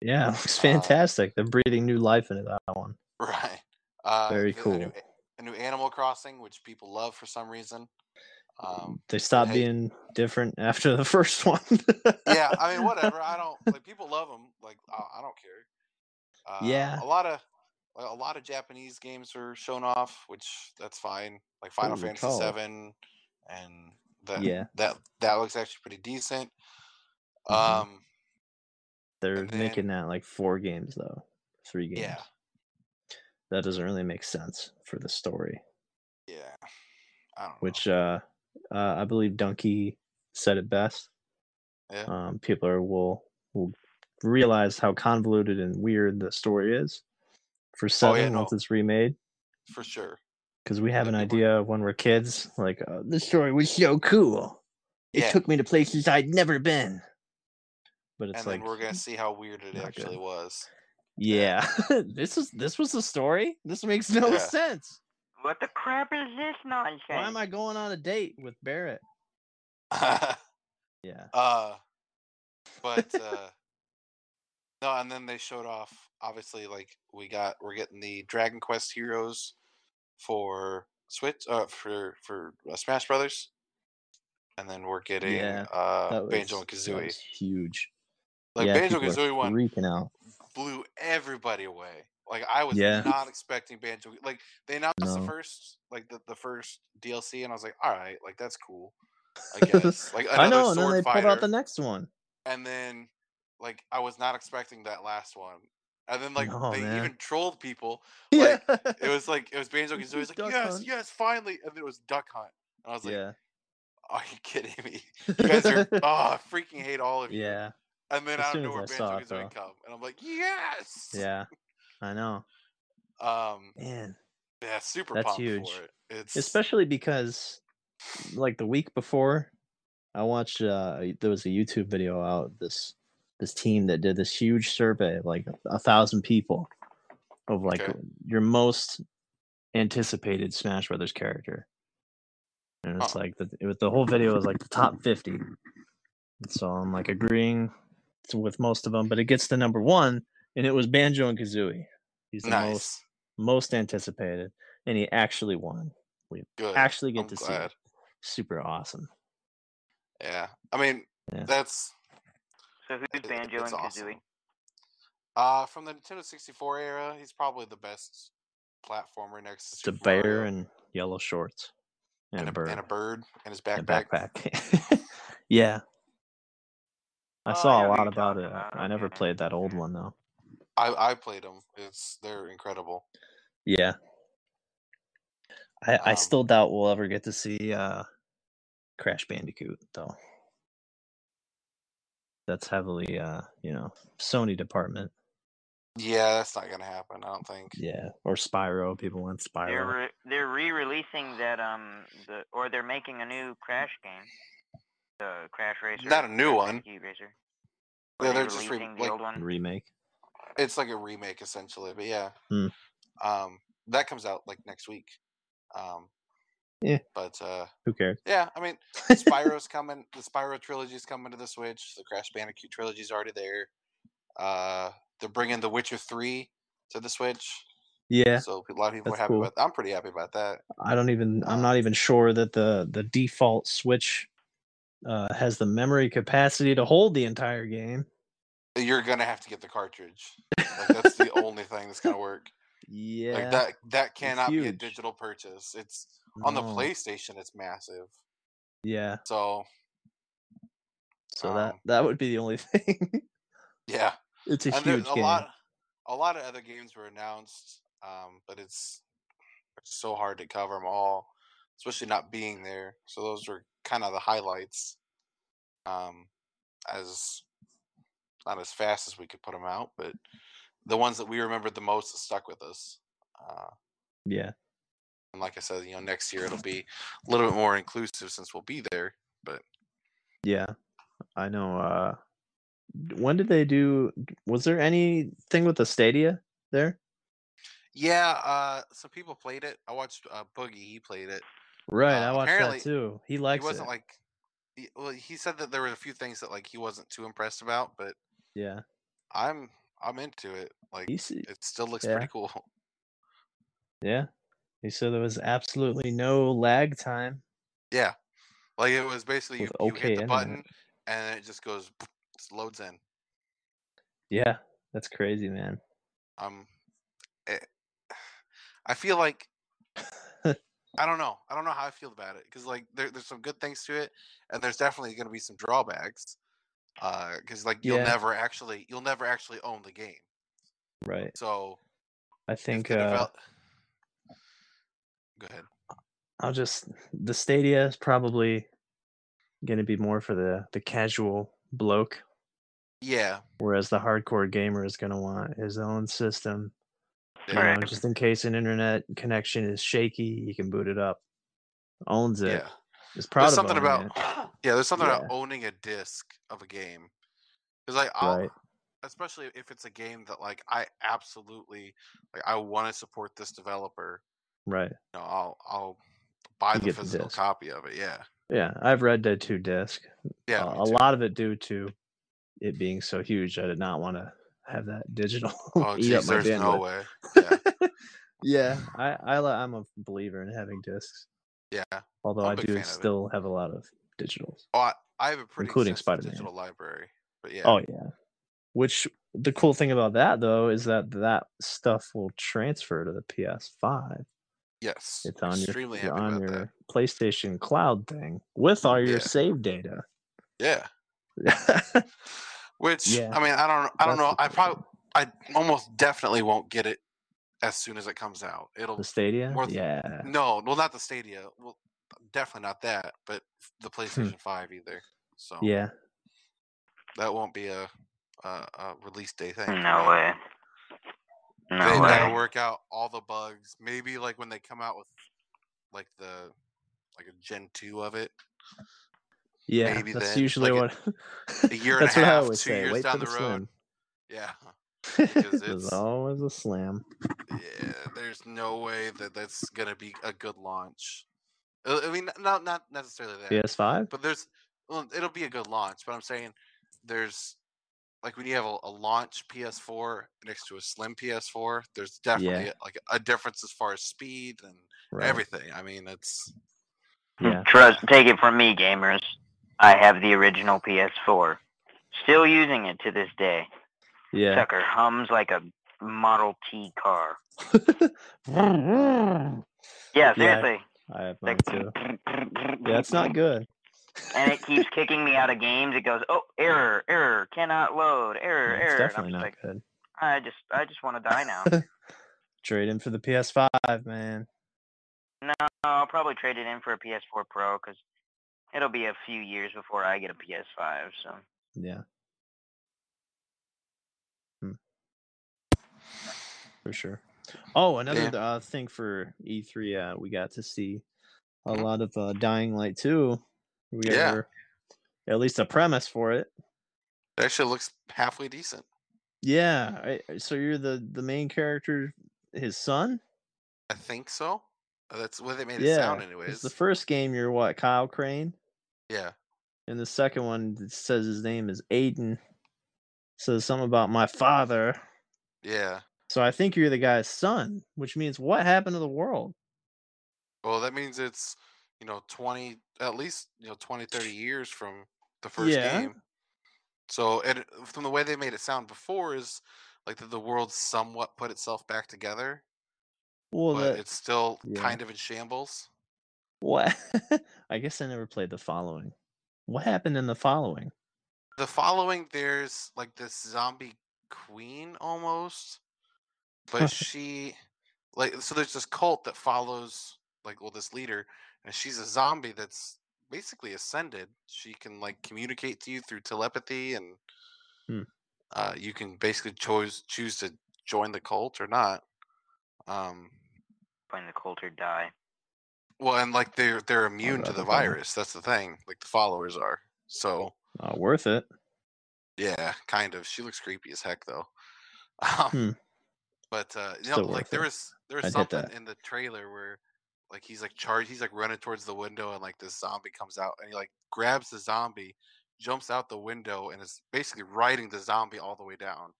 Yeah, it looks
uh,
fantastic. They're breathing new life into that one.
Right. Uh,
Very
the- A new,
cool.
a new Animal Crossing, which people love for some reason. Um,
they stopped
hey.
being different after the first one.
yeah, I mean, whatever. I don't like people love them. Like I, I don't care. Uh,
Yeah.
A lot of a lot of Japanese games are shown off, which that's fine. Like Final
Holy
Fantasy
cow.
Seven, and that
Yeah.
that that looks actually pretty decent. Um.
Mhm. They're
and then-
making that like four games though, three games.
Yeah.
That doesn't really make sense for the story.
Yeah. I don't know.
which uh, uh I believe Donkey said it best.
Yeah.
Um, people are, will will realize how convoluted and weird the story is
Oh,
for seven once
no.
it's remade.
for sure.
Because we have
Yeah,
an
people-
idea of when we're kids, like uh, this story was so cool. It
Yeah.
took me to places I'd never been. But it's
and
like,
then we're gonna see how weird it
not
actually
good.
was.
yeah, this is this was the story. This makes no
Yeah.
sense.
What the crap is this nonsense?
Why am I going on a date with Barrett? Yeah.
uh, but uh, no, and then they showed off. Obviously, like we got, we're getting the Dragon Quest Heroes for Switch, uh, for for uh, Smash Brothers, and then we're getting
Yeah,
uh,
that
Banjo and
was- that
Kazooie.
was huge.
Like
Yeah,
Banjo
people are
Kazooie one
freaking out.
blew everybody away. Like I was
Yeah.
not expecting Banjo. Like they announced
No.
the first, like the, the first DLC, and I was like, all right, like that's cool. I guess. Like another
I know,
sword
and then they
fighter,
pulled out the next one.
and then like I was not expecting that last one. And then like
No,
they
man.
even trolled people.
Yeah,
Like, It was like it was Banjo Kazooie. was like
Duck
yes,
Hunt.
yes, finally, and then it was Duck Hunt. And I was like,
yeah,
are you kidding me? You guys are oh, I freaking hate all of you.
yeah,
And then
As
I don't
soon
know
as
where
I saw
Banjo
it, though.
Kazooie come, and I'm like yes.
yeah. I know,
Um.
man.
Yeah, super
That's
pumped
huge.
for it. It's
Especially because, like the week before, I watched. uh There was a YouTube video out this this team that did this huge survey, of, like a thousand people, of like
Okay.
your most anticipated Smash Brothers character. And it's
Huh.
like the it was, the whole video was like the top fifty. And so I'm like agreeing to- with most of them, but it gets to number one, and it was Banjo and Kazooie. He's the
nice.
most most anticipated, and he actually won.
Good.
Actually, get
I'm
to see.
glad.
It. Super awesome.
Yeah. I mean,
Yeah.
that's
So who's
it-
Banjo
it's
and
awesome.
Kazooie?
Uh, from the Nintendo 64 era, he's probably the best platformer next to
It's a
Super
bear
Mario
and yellow shorts, and, a bird,
and a bird in his
and a
backpack.
backpack. yeah, I
Oh, I
saw
know
a
who
lot
you're
about
talking
it. I
about,
I never
okay.
played that old one though.
I I played them. It's they're incredible.
Yeah. I, I
Um,
still doubt we'll ever get to see uh Crash Bandicoot though. That's heavily uh, you know, Sony department.
Yeah, that's not gonna happen. I don't think.
Yeah. Or Spyro, people want
They're
Spyro.
re- they're re-releasing that um the or they're making a new Crash game, the Crash Racer.
Not a new
Crash
one.
Bandicoot Racer. Are
Yeah,
they
they're just re-
releasing the
like
old one.
Remake.
it's like a remake essentially. But yeah,
Hmm.
um, that comes out like next week. Um,
Yeah.
But uh,
Who cares?
yeah, I mean, Spyro's coming. The Spyro trilogy's coming to the Switch. The Crash Bandicoot trilogy's already there. Uh, they're bringing The Witcher Three to the Switch,
yeah.
so a lot of people are
that's
happy
cool.
about. I'm pretty happy about that.
I don't even I'm not even sure that the the default Switch uh has the memory capacity to hold the entire game.
You're gonna have to get the cartridge. Like that's the only thing that's gonna work.
Yeah.
Like that that cannot be a
huge.
digital purchase. It's on the
No.
PlayStation. It's massive.
Yeah.
So
So that
Um,
that would be the only thing.
yeah,
it's a
and there-
huge
a
game.
lot a lot of other games were announced um but it's it's so hard to cover them all especially not being there so those were kind of the highlights um as not as fast as we could put them out but the ones that we remembered the most that stuck with us uh
Yeah.
and like i said you know next year it'll be a little bit more inclusive since we'll be there but
Yeah. I know uh when did they do was there anything with the stadia there?
yeah uh some people played it i watched uh, boogie he played it
Right,
Uh,
I watched
apparently,
that too. He likes
he wasn't
it.
like he- well he said that there were a few things that like he wasn't too impressed about but
yeah.
i'm i'm into it like
He s-
it still looks
yeah.
pretty cool
yeah. He said there was absolutely no lag time.
yeah like it was basically you,
With
you hit
okay
the
internet.
button and it just goes just loads in
Yeah, that's crazy, man.
Um, eh, I feel like I don't know. I don't know how I feel about it because like there, there's some good things to it, and there's definitely going to be some drawbacks. Because like you'll
Yeah.
never actually you'll never actually own the game.
Right.
So
I
if
think
the
uh,
devel- go ahead.
I'll just the Stadia is probably going to be more for the the casual bloke,
Yeah,
whereas the hardcore gamer is going to want his own system. you
Yeah.
know,
Right.
just in case an internet connection is shaky, he can boot it up. Owns it.
yeah.
Is proud
There's
of
something
owning
about
it.
yeah. There's something
Yeah.
about owning a disc of a game. Because like I'll,
Right.
especially if it's a game that like I absolutely like I want to support this developer.
Right.
You know, I'll I'll buy
You
the
get the
physical
disc.
copy of it. Yeah,
Yeah, I've read Dead 2 disc.
yeah.
Uh,
me
a
too.
lot of it due to it being so huge. I did not want to have that digital.
Oh,
eat up
jeez,
my
there's no
bandwidth.
way. Yeah,
yeah, I, I li- I'm a believer in having discs,
yeah.
although
I'm a
i
big fan
do
of it.
still have a lot of digitals.
Oh, I, I have a pretty
Including
extensive
Spider-Man.
digital library, but yeah,
Oh yeah. Which the cool thing about that though is that that stuff will transfer to the PS5.
yes,
It's on your
extremely happy
on
about
your
that.
PlayStation Cloud thing with all your
Yeah.
save data.
Yeah, which
Yeah,
I mean, I don't, I don't
that's
know.
the
I
cool
probably, I almost definitely won't get it as soon as it comes out. It'll
the Stadia.
Worth-
Yeah.
no, well, not the Stadia. Well, definitely not that, but the PlayStation Five either. So
Hmm. Yeah.
that won't be a a, a release day thing.
No
right?
way. No
They've got to
way.
work out all the bugs. Maybe like when they come out with like the like a Gen two of it
Yeah.
maybe
that's
then,
usually
like,
what
a year and a
That's what I
half,
always
two
say.
years
Wait
down
for the,
the
slim.
road. Yeah, because
There's
it's-
always a slam.
yeah. There's no way that that's gonna be a good launch. Uh, I mean, not not necessarily that,
PS5?
but there's well, it'll be a good launch. But I'm saying there's like when you have a, a launch PS4 next to a slim PS4, there's definitely like a difference as far as speed and
Right.
everything. I mean, it's
Yeah.
Trust, take it from me, gamers. I have the original PS4. Still using it to this day.
Yeah.
Sucker hums like a Model T car. Yeah,
Yeah.
seriously.
I have mine
Like,
too. Yeah, it's not good.
and it keeps kicking me out of games. It goes, oh, error, error, cannot load, error,
Yeah,
error.
it's
And
definitely
I'm just
not
like,
good.
I just, I just want to die now.
Trade in for the PS5, man.
No, I'll probably trade it in for a PS4 Pro because it'll be a few years before I get a PS5. So
Yeah, Hmm. for sure. Oh, another uh, thing for E3, uh, we got to see a
Mhm.
lot of uh, Dying Light 2. We got
Yeah.
our- at least a premise for it.
it actually looks halfway decent.
Yeah. I, so you're the, the main character, his son?
I think so. Uh, That's what they made it
yeah.
sound,
'cause
anyways.
The first game, you're what, Kyle Crane?
yeah,
And the second one it says his name is Aiden. Says something about my father.
yeah.
So I think you're the guy's son, which means what happened to the world?
Well, that means it's you know twenty at least you know 20, 30 years from the first
Yeah.
game. So, and it- from the way they made it sound before, is like that the world somewhat put itself back together,
Well,
but
that
it's still
yeah.
kind of in shambles.
what? I guess I never played the following. What happened in the following?
The following, there's like this zombie queen almost, but she, like, so there's this cult that follows, like, well, this leader, and she's a zombie that's basically ascended. She can, like, communicate to you through telepathy, and
Hmm.
uh, you can basically choose choose to join the cult or not. Um,
playing the cult or die.
well, and like they're they're immune to
rather die.
the virus. That's the thing. Like the followers are. So
Uh, worth it.
Yeah, kind of. She looks creepy as heck though. Um,
Hmm.
But uh, you know,
Still
like
worth
there
it.
was there was
I did
something
that.
in the trailer where like he's like charged, he's like running towards the window, and like this zombie comes out, and he like grabs the zombie, jumps out the window, and is basically riding the zombie all the way down,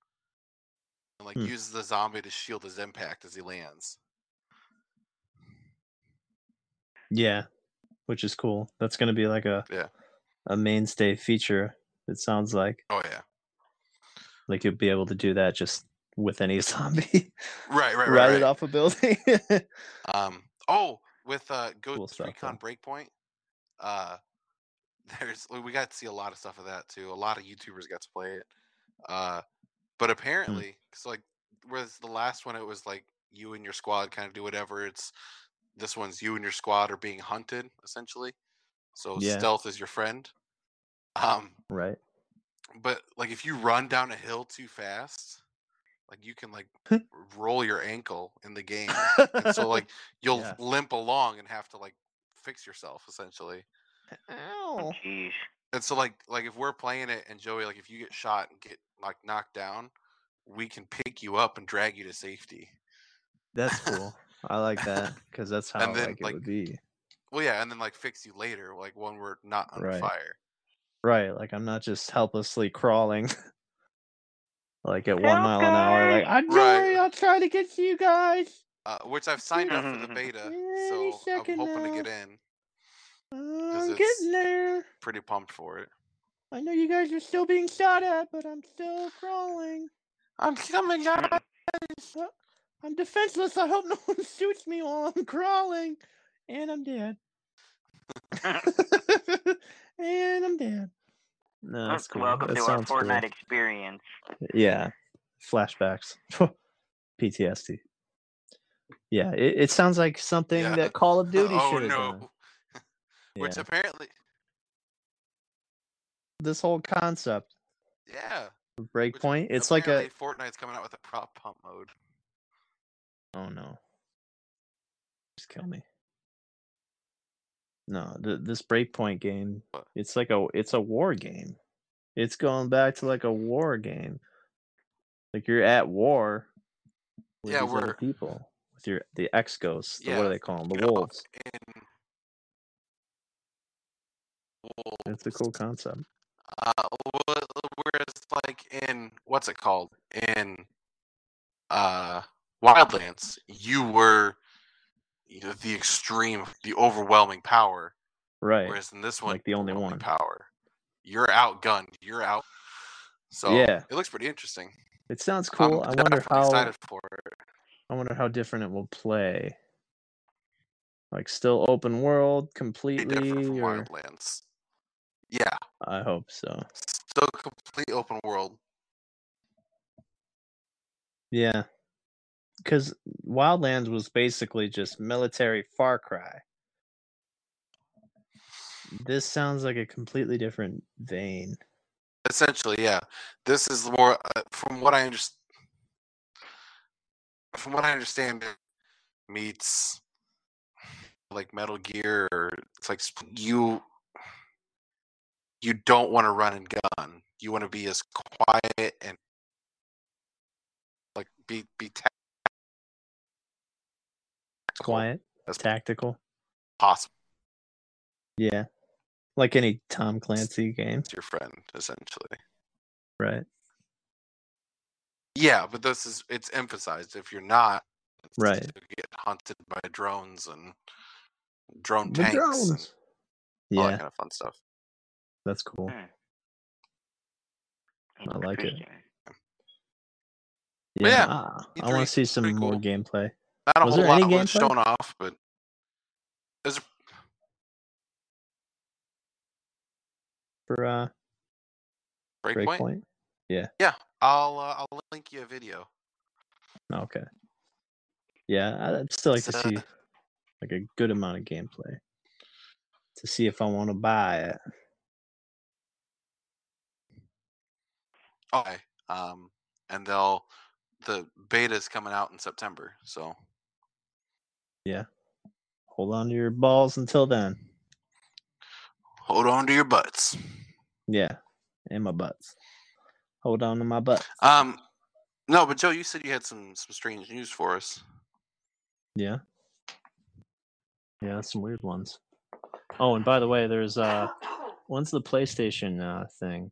and like
Hmm.
uses the zombie to shield his impact as he lands.
Yeah, which is cool. That's gonna be like a
Yeah.
a mainstay feature. It sounds like
Oh yeah.
Like you'll be able to do that just with any zombie.
Right,
Ride
right, right.
it
right.
off a building.
Um, oh, with uh, Ghost
Cool stuff,
Recon Breakpoint, uh, there's we got to see a lot of stuff of that too. A lot of YouTubers got to play it, uh, but
Hmm.
apparently, because like whereas the last one, it was like you and your squad kind of do whatever. It's this one's you and your squad are being hunted essentially. So
Yeah.
stealth is your friend. Um,
right.
but like if you run down a hill too fast, like you can like roll your ankle in the game. and so like you'll
Yeah.
limp along and have to like fix yourself essentially.
Ow.
Jeez.
And so like like if we're playing it and Joey like if you get shot and get like knocked down, we can pick you up and drag you to safety.
That's cool. I like that because that's how
then,
like,
like-
it would be.
Well, yeah, and then like fix you later, like when we're not under
Right.
fire.
Right. Like I'm not just helplessly crawling. like at one
Help,
mile an hour. Like
guys!
I'm
Right.
sorry, I'll try to get to you guys.
Uh, which I've signed up for the beta,
Any
so I'm
second
hoping to
now.
get in.
I'm
it's-
getting there.
Pretty pumped for it.
"Ah, I know you guys are still being shot at, but I'm still crawling.
I'm coming out.
I'm defenseless. I hope no one shoots me while I'm crawling. And I'm dead. and I'm dead. No, that's cool.
Welcome
that
to our
sounds cool.
Fortnite experience.
Yeah. Flashbacks. PTSD. Yeah, it, it sounds like something
Yeah.
that Call of Duty
oh
should have
no.
done.
Which
Yeah.
apparently,
This whole concept
yeah.
of
which
Breakpoint, it's like a
apparently Fortnite's coming out with a prop pump mode.
Oh no. Just kill me. No, th- this Breakpoint game,
What?
it's like a it's a war game. It's going back to like a war game. Like you're at war with
Yeah,
these other
we're-
people. With your the ex ghosts. the- What
Yeah,
do they call them? The
you know,
wolves.
In
It's a cool concept.
uh, wh- whereas like in what's it called in uh Wildlands, you were you know, the extreme, the overwhelming power.
Right.
Whereas in this one,
Like the only
overwhelming
one.
power. You're outgunned. You're out. So
Yeah.
it looks pretty interesting.
It sounds
I'm
cool. i wonder
definitely
how
excited for it.
I wonder how different it will play. Like still open world
Pretty different
completely
from
or
Wildlands. Yeah,
I hope so.
still complete open world.
Yeah. Because Wildlands was basically just military Far Cry. This sounds like a completely different vein.
Essentially, yeah. This is more uh, from what I understand. From what I understand, it meets like Metal Gear. Or it's like sp- you you don't want to run and gun. You want to be as quiet and like be be tactical
Quiet,
as
tactical.
possible.
Yeah. Like any Tom Clancy game,
It's your friend, essentially.
right?
Yeah, but this is it's emphasized. If you're not, it's
Right.
to get hunted by drones and drone
The
tanks Oh, and
drones.
all
Yeah,
that kind of fun stuff.
that's cool.
Hmm.
I like it.
Interesting.
Yeah,
yeah,
ah, I
E3,
want to see some
pretty
more
cool.
gameplay.
Not a
Was
whole
there any
lot was
gameplay?
shown off, but there's a,
for uh
breakpoint.
Breakpoint.
I'll uh, I'll link you a video.
Oh, okay. Yeah, I- I'd still like to
So-
see like a good amount of gameplay to see if I want to buy it.
Okay. Um, and they'll the beta's coming out in September, so
Hold on to your balls until then.
hold on to your butts.
Yeah, and my butts. Hold on to my butt.
Um, no, but Joe, you said you had some some strange news for us.
Yeah. Yeah, that's some weird ones. Oh, and by the way, there's uh, when's the PlayStation uh thing?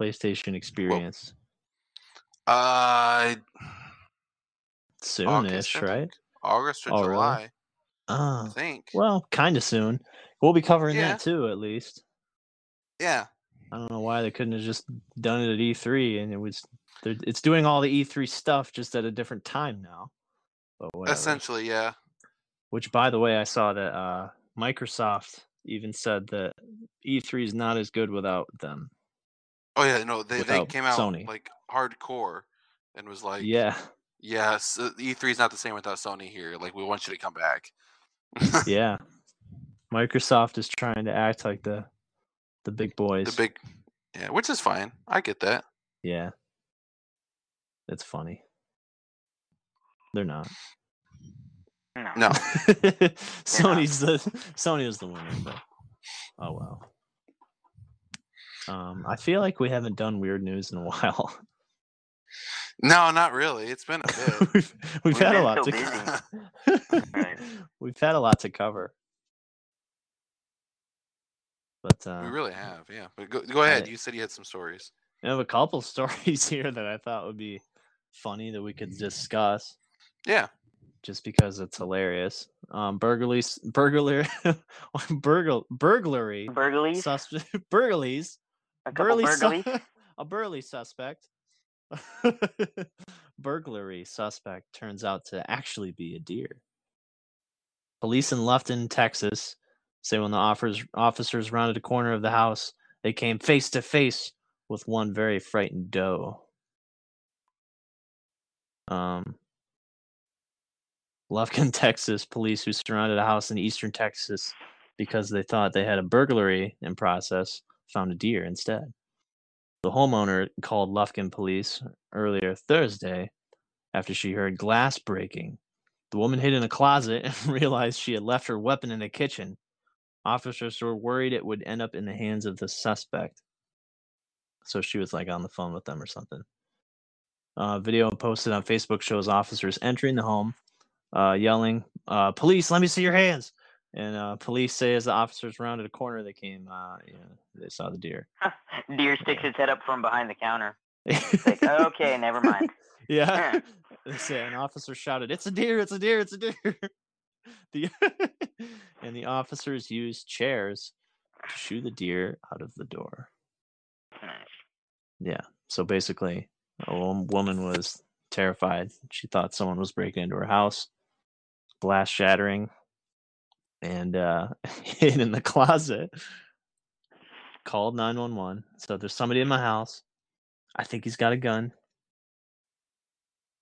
PlayStation Experience
Uh, August,
soonish,
I
right?
think. August or
Oh, really?
July, I
Oh,
think.
well, kind of soon. We'll be covering
Yeah.
that too, at least.
Yeah.
I don't know why they couldn't have just done it at E3 and it was they're- it's doing all the E3 stuff just at a different time now. But whatever.
Essentially, yeah.
Which by the way, I saw that uh Microsoft even said that E3 is not as good without them.
Oh yeah, no, they, they
Without
came out
Sony.
like hardcore and was like,
yeah.
yes, uh, E3 is not the same without Sony here. Like, we want you to come back.
yeah. Microsoft is trying to act like the the big boys.
the big, yeah, which is fine. I get that.
Yeah. It's funny. They're not.
No.
No,
Sony's the Sony is the winner, but oh well. Um, I feel like we haven't done weird news in a while.
no, not really. It's been a bit.
we've, we've
We've
had a
been
lot
so
to
busy. Right.
we've had a lot to cover. But uh,
we really have, yeah. But go, go ahead.
I-
You said you had some stories.
I have a couple stories here that I thought would be funny that we could
Mm.
discuss.
Yeah.
just because it's hilarious. Um, burglary, burglary, burgl, burglary,
Burglaries?
suspe- burglaries,
A couple
burly, su-
burglaries?
a burly suspect, burglary suspect turns out to actually be a deer. Police in Lufton, Texas, say when the offers, officers rounded a corner of the house, they came face to face with one very frightened doe. Um, Lufkin, Texas police who surrounded a house in eastern Texas because they thought they had a burglary in process found a deer instead. The homeowner called Lufkin police earlier Thursday after she heard glass breaking. The woman hid in a closet and realized she had left her weapon in the kitchen. Officers were worried it would end up in the hands of the suspect. So she was like on the phone with them or something. Uh, video posted on Facebook shows officers entering the home uh, yelling, uh, "Police, let me see your hands!" And uh, police say as the officers rounded a corner, they came. Uh, you know, they saw the deer.
Deer sticks its head up from behind the counter. Like,
yeah.
okay, never mind.
They say an officer shouted, "It's a deer! It's a deer! It's a deer!" The and the officers used chairs to shoo the deer out of the door. So basically, a wo- woman was terrified. She thought someone was breaking into her house, glass shattering, and uh, hid in the closet. Called 911. So there's somebody in my house. I think he's got a gun.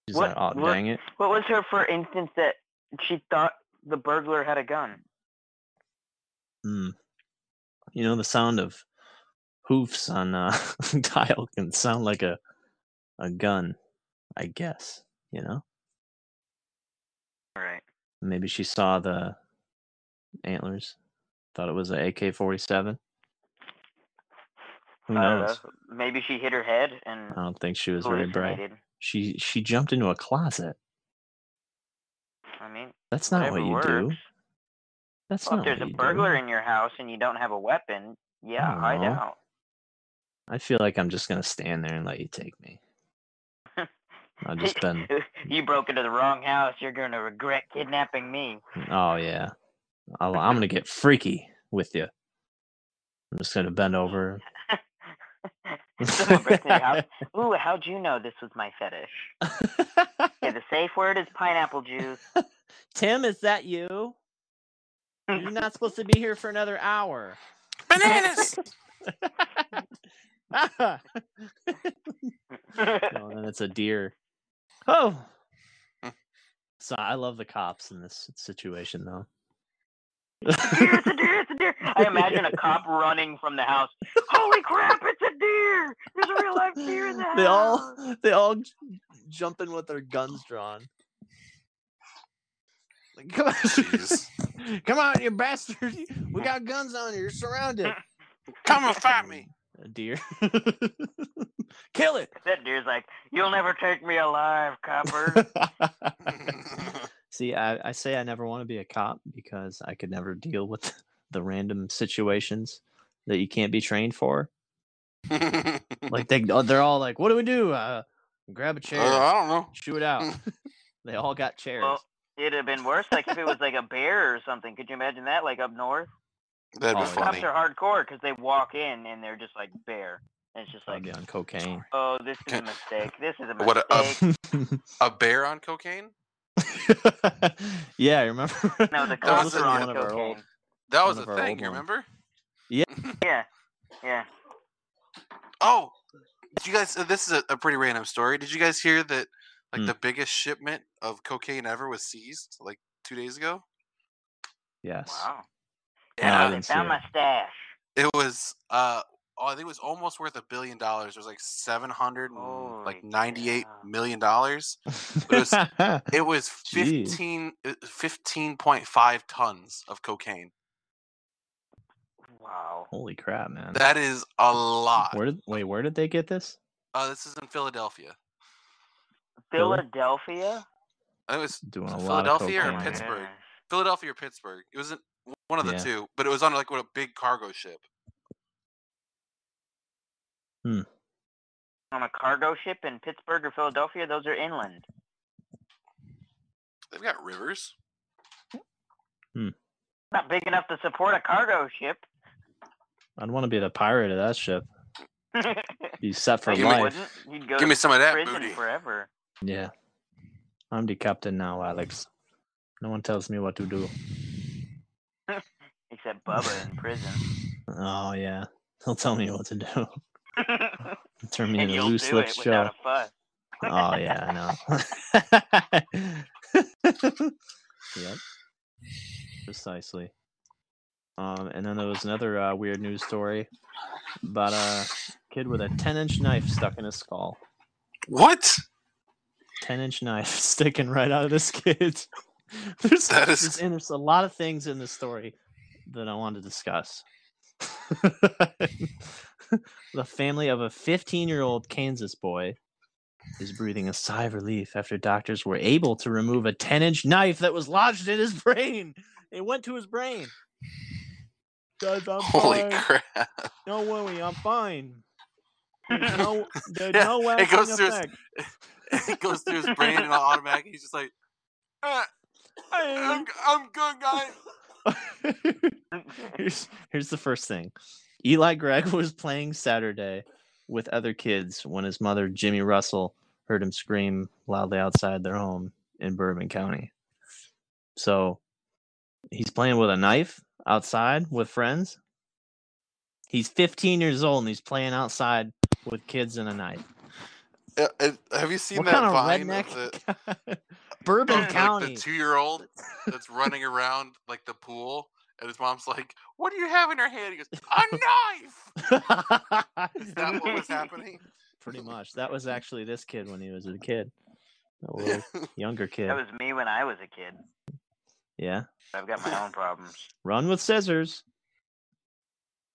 She's
What-
like, oh,
what-
dang it.
What was her for instance that she thought the burglar had a gun?
Mm. You know, the sound of hoofs on uh, tile can sound like a, a gun, I guess, you know?
Right.
Maybe she saw the antlers, thought it was an AK forty seven. Who
I don't
knows? Oh,
know. Uh, Maybe she hit her head and
I don't think she was very bright.
hallucinated.
She she jumped into a closet.
I mean,
That's not what
whatever
you
works.
do. That's
Well, if
not
there's
what
a
you
burglar
do. Oh,
in your house and you don't have a weapon, yeah,
don't
hide
know.
out.
I feel like I'm just gonna stand there and let you take me. I've just been
you broke into the wrong house. You're gonna regret kidnapping me.
oh yeah. I'll, I'm gonna get freaky with you. I'm just gonna bend over.
Someone breaks into your house. Ooh, how'd you know this was my fetish? Okay, the safe word is pineapple juice.
Tim, is that you? You're not supposed to be here for another hour.
Bananas.
Ah! no, and it's a deer. Oh. So I love the cops in this situation, though.
deer, it's a deer, it's a deer. I imagine a cop running from the house. Holy crap, it's a deer! There's a real life deer in the house.
they all they all j- jump in with their guns drawn. Like, come on,
Jeez.
come on, you bastard! We got guns on you. You're surrounded.
Come and fight me.
A deer. Kill it.
That deer's like, you'll never take me alive, copper.
See, I, I say I never want to be a cop because I could never deal with the random situations that you can't be trained for. Like they, oh, they're all like, "What do we do? Uh, grab a chair,
Uh, I don't know.
shoot out."
Mm.
they all got chairs.
Well, it'd have been worse, like if it was like a bear or something. Could you imagine that, like up north?
That'd be
Oh, yeah.
funny.
Cops are hardcore because they walk in and they're just like bare, and it's just
I'd
like,
be on cocaine.
oh, this is a
Can-
mistake. This is a mistake.
What a- um, A bear on cocaine?
yeah, I remember.
no, the
I was
cops
was
are
listening to
on
one of our old-
cocaine.
That
One
was
of
a
our
thing.
old
You
ones.
remember?
Yeah, yeah.
Oh, did you guys? uh, This is a, a pretty random story. Did you guys hear that? Like
Hmm.
the biggest shipment of cocaine ever was seized like two days ago.
Yes.
Wow.
No, I
Yeah,
they
didn't see
found
it.
my stash.
it was. Uh, oh, I think it was almost worth a billion dollars. It was like seven hundred and
Holy
like ninety eight
cow.
million dollars. was- It was
Jeez.
15, uh, 15.5 tons of cocaine.
Wow.
Holy crap, man!
That is a lot.
Where did wait? Where did they get this?
Uh, this is in Philadelphia.
Really?
Philadelphia.
It was
Doing a
So
lot of
Philadelphia or
Oh
cocaine.
my
Pittsburgh?
gosh.
Philadelphia or Pittsburgh. It was in one of the
Yeah.
two, but it was on like what a big cargo ship.
On a cargo ship in Pittsburgh or Philadelphia, those are inland.
They've got rivers.
Not big enough to support a cargo ship.
I'd want to be the pirate of that ship. Be set for
But you
me-
life.
wouldn't. You'd go
Give me
to
some of that
prison
booty.
forever.
Yeah. I'm the captain now, Alex. No one tells me what to do.
Except Bubba in prison.
Oh yeah. He'll tell me what to do.
and
Turn me into
you'll
loose
do it
lips
without
Joe.
a fuss.
Oh yeah, I know. yep. Precisely. Um, and then there was another uh, weird news story about a kid with a 10-inch knife stuck in his skull.
What?
10-inch knife sticking right out of this kid. there's,
That is-
there's- and there's a lot of things in this story that I want to discuss. the family of a 15-year-old Kansas boy is breathing a sigh of relief after doctors were able to remove a 10-inch knife that was lodged in his brain. It went to his brain. Guys,
Oh,
I'm
Holy
fine.
crap!
No worry, I'm fine. There's no, there's no
it
lasting
goes through his-
effect.
it goes through his brain and all automatic. He's just like, "Eh, I'm, I'm good, guys.
here's here's the first thing. Eli Gregg was playing Saturday with other kids when his mother Jimmy Russell heard him scream loudly outside their home in Bourbon County. So he's playing with a knife outside with friends. He's 15 years old and he's playing outside with kids and a knife.
Uh, uh, have you seen
what
that
kind of
vine of the,
redneck? Bourbon
of, like,
County.
the two-year-old that's running around like the pool, and his mom's like, "What do you have in your hand?" He goes, "A knife." Is that what was happening?
Pretty much. That was actually this kid when he was a kid. A little younger kid.
That was me when I was a kid.
Yeah.
I've got my own problems.
Run with scissors.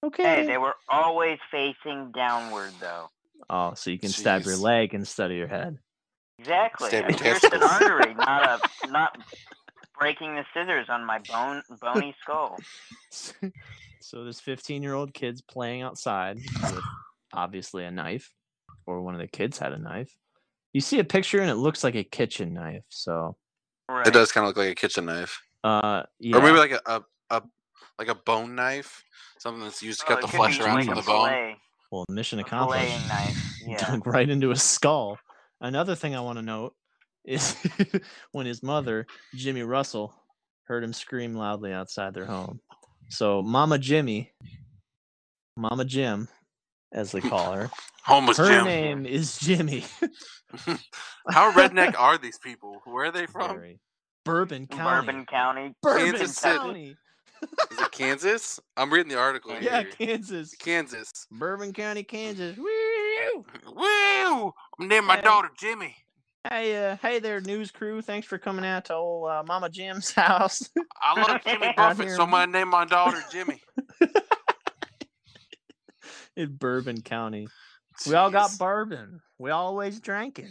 Okay.
Hey, they were always facing downward, though.
oh, so you can stab your
Jeez.
leg instead of your head.
Exactly.
Stab
I
your
pierced an
testicles.
artery, not a not breaking the scissors on my bone bony skull.
so there's 15 year old kids playing outside with obviously a knife, or one of the kids had a knife. You see a picture and it looks like a kitchen knife. So,
Right.
It does kind of look like a kitchen knife.
uh, yeah.
Or maybe like a, a, a like a bone knife, something that's used to
Oh,
cut
it
the
could
flesh
be
around
like
from
a
the bone.
fillet-
well, mission
a
accomplished.
fillet knife. Yeah.
dug right into his skull. Another thing I want to note is when his mother, Jimmy Russell, heard him scream loudly outside their home. So Mama Jimmy, Mama Jim, as they call her,
Homeless
her
Jim.
name is Jimmy.
How redneck are these people? Where are they from?
Very. Bourbon County.
Bourbon County.
Bourbon
Kansas City.
County.
Is it Kansas? I'm reading the article here.
Yeah, Kansas.
Kansas.
Bourbon County, Kansas. Woo!
Woo! I'm naming my
Hey.
daughter Jimmy.
Hey, uh, hey there, news crew. Thanks for coming out to old uh, Mama Jim's house.
I love Jimmy
Out
Buffett,
here.
so I'm gonna name my daughter Jimmy.
in Bourbon County. We all got
Jeez.
bourbon. We always drinking.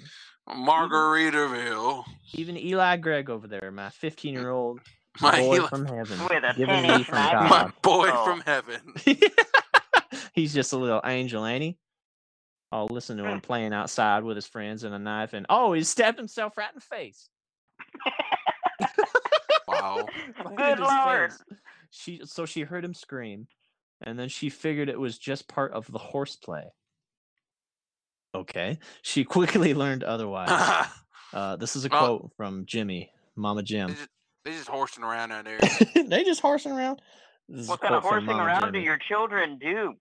Margaritaville.
Even Eli Gregg over there, my 15 year old
My
boy
Eli-
from heaven.
With a
Given
penny
thee from
knife.
my
God.
boy
Oh.
from heaven.
He's just a little angel, ain't he? I'll listen to
Hmm.
him playing outside with his friends and a knife, and oh, he stabbed himself right in the face.
Wow.
Right in
Good
his
lord.
face. she so she heard him scream, and then she figured it was just part of the horseplay. Okay, she quickly learned otherwise. Uh, this is a
Well-
quote from Jimmy, Mama Jim.
They're just horsing around out there.
they just horsing around. This is a
What kind of
quote from
horsing
Mama
around do
Jimmy.
your children do?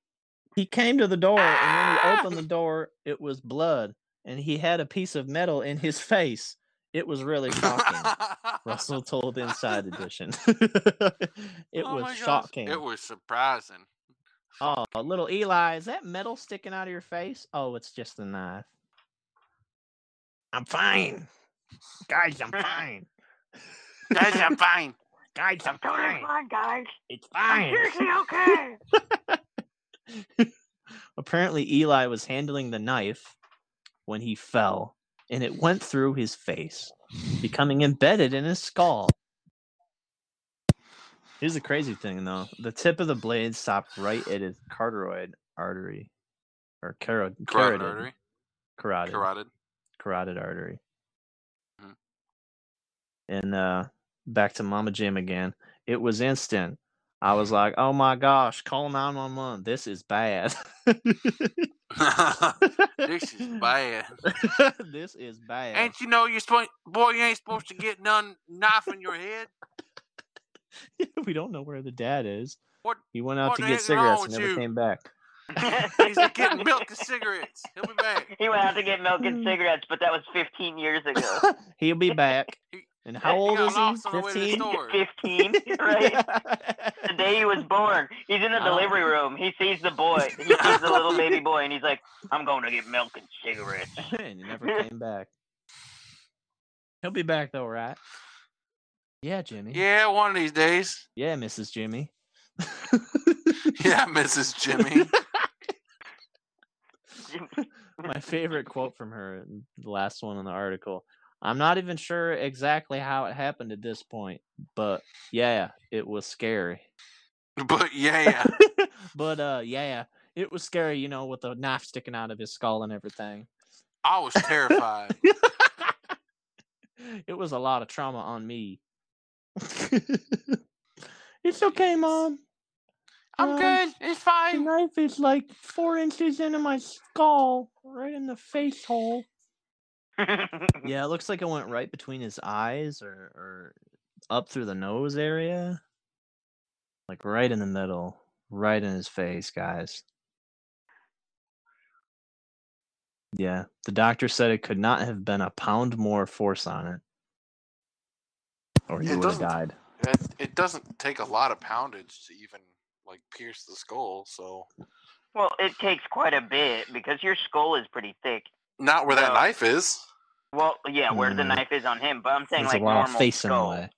He came to the door, and when
Ah!
he opened the door, it was blood, and he had a piece of metal in his face. It was really shocking. Russell told Inside Edition. it
Oh my
was
gosh,
shocking.
It was surprising.
Oh, little Eli, is that metal sticking out of your face? Oh, it's just a knife. I'm fine. Guys, I'm fine.
Guys, I'm fine.
Guys, I'm fine.
fine, guys.
It's fine.
okay.
Apparently, Eli was handling the knife when he fell, and it went through his face, becoming embedded in his skull. Here's the crazy thing, though the tip of the blade stopped right at his carotid artery, or caro-
Carotid
carotid,
artery.
carotid,
Carotid.
carotid artery.
Mhm.
And uh, back to Mama Jim again. It was instant. I was like, "Oh my gosh, call nine one one. This is bad."
this is bad.
this is bad.
Ain't you know you're supposed boy you ain't supposed to get none knife in your head.
we don't know where the dad is.
What-
He went out
what
to
the
get
heck's wrong
cigarettes and
with
never
you?
came back.
He's getting milk and Mm. cigarettes. He'll be back.
he went out to get milk and cigarettes, but that was 15 years ago.
He'll be back.
He-
And how
he
old
got
is he?
lost on the way to the
Fifteen.
store. Sure.
15, right? The day he was born, he's in the
Oh.
delivery room. He sees the boy. He sees the little baby boy, and he's like, "I'm going to get milk and cigarettes."
and he never came back. He'll be back though, right? Yeah, Jimmy.
Yeah, one of these days.
Yeah, Mrs. Jimmy.
Yeah, Mrs. Jimmy.
My favorite quote from her, the last one in the article. I'm not even sure exactly how it happened at this point, but yeah, it was scary.
But yeah,
but uh yeah, it was scary, you know, with the knife sticking out of his skull and everything.
I was terrified.
it was a lot of trauma on me. it's okay,
Jeez.
mom.
I'm
Um,
good. It's
The
fine.
knife is like four inches into my skull, right in the face hole. Yeah, it looks like it went right between his eyes or, or up through the nose area. Like right in the middle, right in his face, guys. Yeah, the doctor said it could not have been a pound more force on it. Or he
It
would have
doesn't-
died.
It, it doesn't take a lot of poundage to even like pierce the skull, so
well, it takes quite a bit because your skull is pretty thick.
not where that
No.
knife is.
Well, yeah, where the
Mm.
knife is on him, but I'm saying
There's
like
a lot of
normal
face in the
skull,
way.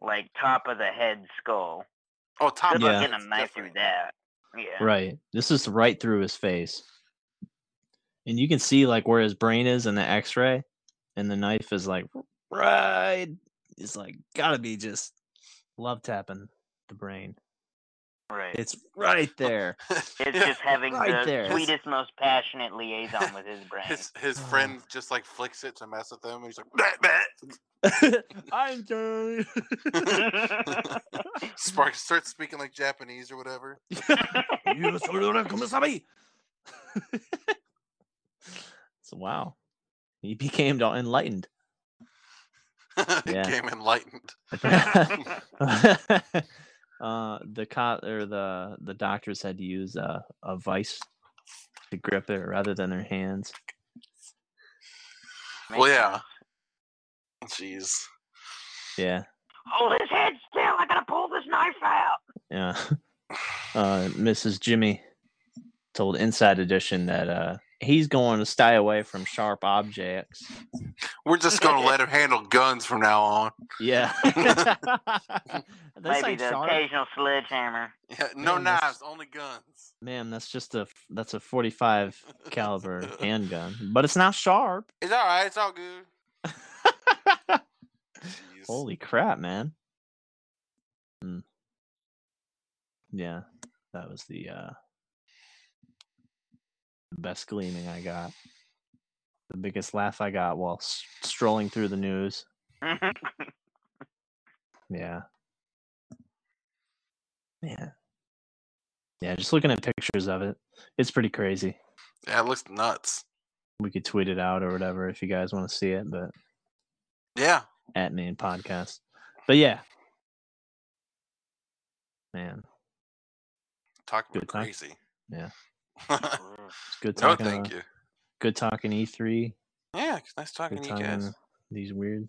like top of the head skull.
Oh, top. of
Good
Yeah.
luck
the
getting a
head's
knife through
different.
that. Yeah.
Right. This is right through his face. And you can see like where his brain is in the x-ray and the knife is like right it's like got to be just love tapping the brain.
Right.
It's right there.
It's
Yeah.
just having
right
the
there.
sweetest, most passionate liaison with his brain.
His his
Oh.
friend just like flicks it to mess with him, and he's like, "Bah, bah."
I'm done.
Spark starts speaking like Japanese or whatever.
You sort of come to me. So wow. He became all enlightened.
He
Yeah.
Game enlightened.
uh, the cop or the the doctors had to use a, a vice to grip it rather than their hands.
Well, yeah. Jeez.
Yeah,
Hold his head Oh, still. I gotta pull this knife out.
yeah. Uh, Mrs. Jimmy told Inside Edition that uh, he's going to stay away from sharp objects.
We're just gonna let him handle guns from now on.
Yeah, They
Maybe
say
the
sharp.
occasional sledgehammer.
Yeah, no
Man,
knives,
that's-
only guns.
Ma'am, that's just a that's a forty five caliber handgun, but it's not sharp.
It's all right. It's all good. Jeez.
Holy crap, man. Mm. Yeah, that was the uh the best gleaming I got. The biggest laugh I got while s- strolling through the news. Yeah. Yeah. Yeah, just looking at pictures of it, it's pretty crazy.
Yeah, it looks nuts.
We could tweet it out or whatever if you guys want to see it, but
Yeah,
at Nan Podcast. But yeah. Man,
talk about
Good time.
crazy.
Yeah.
no,
Mm.
it's good talking.
thank
uh,
you.
Good talking E3.
Yeah, it's nice talking
Good
to you guys.
talking these weird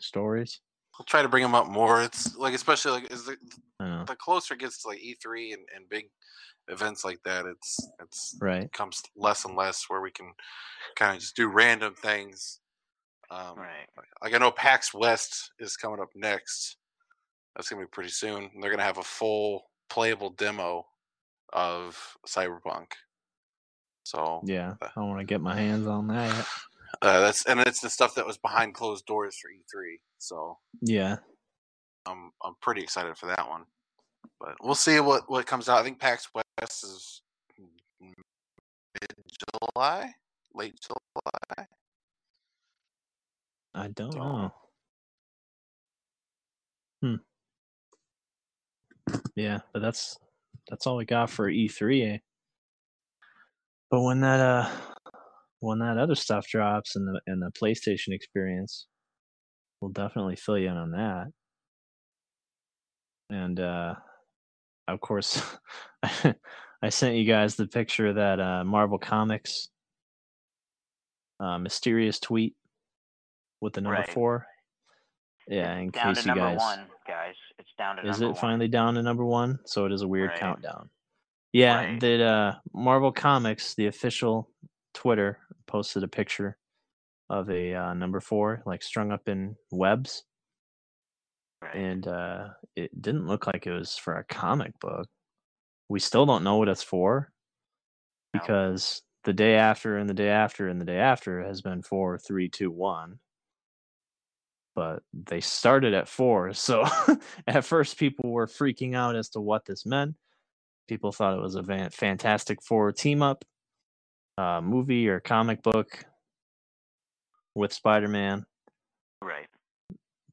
stories.
I'll try to bring them up more. It's like especially like as the,
I don't know.
the closer it gets to like E3 and, and big events like that, it's it's
Right.
becomes less and less where we can kind of just do random things. Um,
Right.
Like I know PAX West is coming up next. That's gonna be pretty soon. and They're gonna have a full playable demo of Cyberpunk. So
Yeah. I want to get my hands on that.
uh, that's and it's the stuff that was behind closed doors for E3. So
Yeah.
I'm I'm pretty excited for that one. But we'll see what what comes out. I think PAX West is mid July, late July.
I don't
So-
know. Hmm. Yeah, but that's that's all we got for E3. eh? But when that uh when that other stuff drops and the and the PlayStation experience, we'll definitely fill you in on that. And uh of course I sent you guys the picture that uh Marvel Comics uh mysterious tweet with the number
Right.
4. Yeah, in
down
case
to
you
number
guys
one, guys. It's down to
is
number
it
one.
finally down to number one? So it is a weird
Right.
countdown. Yeah,
Right.
that uh, Marvel Comics, the official Twitter, posted a picture of a uh, number four, like strung up in webs,
Right.
and uh, it didn't look like it was for a comic book. We still don't know what it's for
No.
because the day after and the day after and the day after has been four, three, two, one. But they started at four. So at first, people were freaking out as to what this meant. People thought it was a van- Fantastic Four team up uh, movie or comic book with Spider Man.
Right.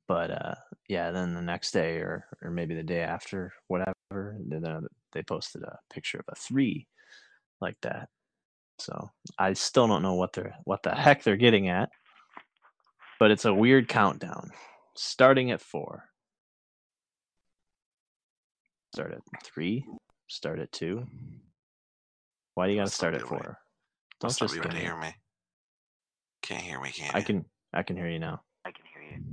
But uh, yeah, then the next day or, or maybe the day after, whatever, then uh, they posted a picture of a three like that. So I still don't know what they're what the heck they're getting at, but it's a weird countdown, starting at four. Start at three. Start at two. Why do you gotta
That's
start
not
at
good, right?
four?
Don't
Don't
stop
just
able
give
to
me.
hear me. Can't hear me, can
I
you?
can I can hear you now.
I can hear you.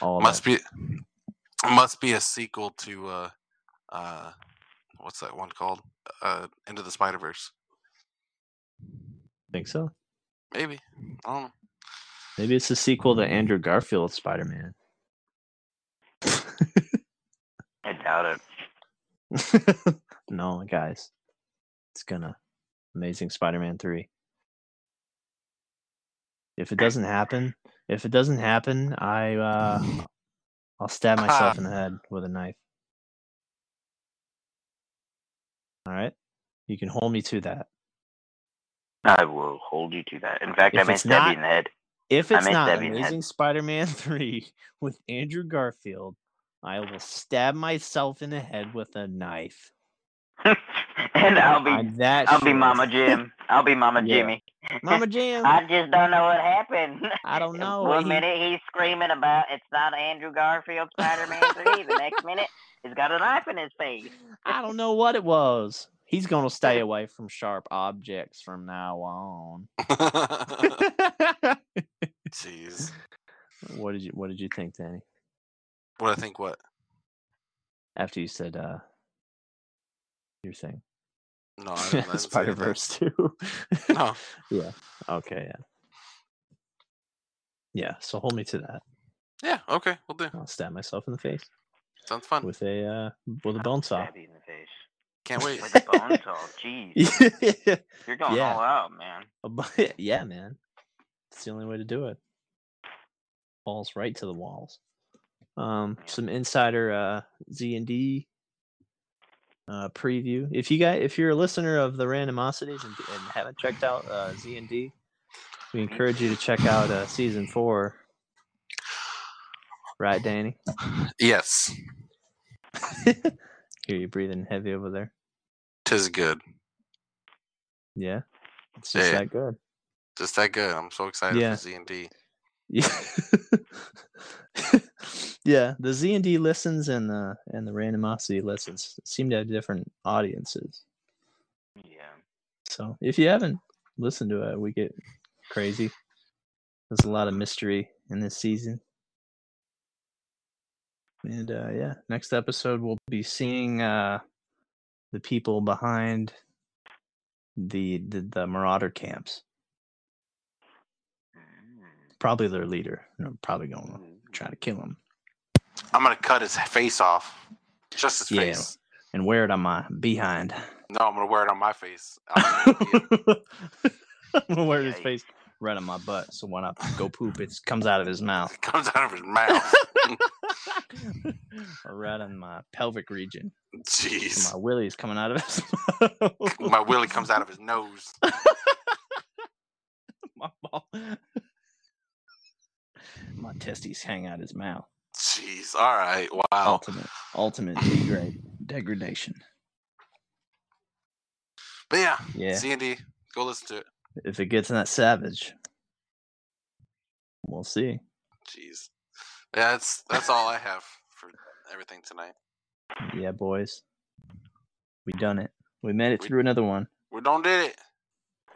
All
must
that.
be must be a sequel to uh uh what's that one called? Uh Into the Spider Verse.
think so.
Maybe. I don't know.
Maybe it's a sequel to Andrew Garfield's Spider Man.
I doubt it.
no, guys. It's gonna Amazing Spider Man three. If it doesn't happen, if it doesn't happen, I uh I'll stab myself in the head with a knife. Alright? You can hold me to that.
I will hold you to that. In fact,
If
I may
it's
stab
not-
you in the head.
If
I
it's
may
not
stab you in the head.
Amazing Spider Man 3 with Andrew Garfield, I will stab myself in the head with a knife.
and I'll be
I'm that
I'll be
sure.
Mama Jim. I'll be Mama
Yeah.
Jimmy.
Mama Jam.
I just don't know what happened.
I don't know.
One
He-
minute he's screaming about it's not Andrew Garfield Spider Man 3. the next minute he's got a knife in his face.
I don't know what it was. He's going to stay away from sharp objects from now on.
Jeez.
what did you what did you think, Danny?
What I think what?
After you said uh your thing.
No, Oh, I didn't- I didn't say
Spider
anything.
Verse 2.
No.
Okay, yeah. Yeah, so hold me to that.
Yeah, okay, we'll do.
I'll stab myself in the face
Sounds fun.
with a uh with a bone saw.
Stab you in the face.
Can't wait.
With a bone saw. Jeez.
yeah,
You're going
Yeah.
all out, man.
A bu- yeah, man. It's the only way to do it. Balls right to the walls. Um,
Yeah.
some insider uh Z and D uh preview. If you got if you're a listener of the randomosities and, and haven't checked out uh Z and D, we encourage you to check out uh season four. Right, Danny?
Yes.
Hear you breathing heavy over there.
Tis good.
Yeah. It's just
Yeah.
that good.
Just that good. I'm so excited
Yeah.
for Z and D.
Yeah. yeah. The Z and D listens and the and the randomosity listens seem to have different audiences.
Yeah.
So if you haven't listened to it, we get crazy. There's a lot of mystery in this season. And uh, yeah, next episode we'll be seeing uh, the people behind the, the the Marauder camps.
Mm.
Probably their leader. And I'm probably going to try to kill him
I'm gonna cut his face off. Just his
Yeah.
face.
and wear it on my behind.
No, I'm gonna wear it on my face. I'm
I'm
gonna be-
gonna wear his
Yikes.
face right on my butt. So when I go poop, it comes out of his mouth.
it comes out of his mouth.
or right on my pelvic region. So
Jeez.
my willy's coming out of his mouth.
My willy comes out of his nose.
my ball. My testes hang out his mouth.
Jeez. All right. Wow.
Ultimate, ultimate degrade, degradation.
But yeah,
Yeah.
Z and D. Go listen to it.
If it gets that savage, we'll see.
Jeez. Yeah, that's that's all I have for everything tonight.
Yeah, boys, we done it. We made it
We-
through another one.
We don't did it.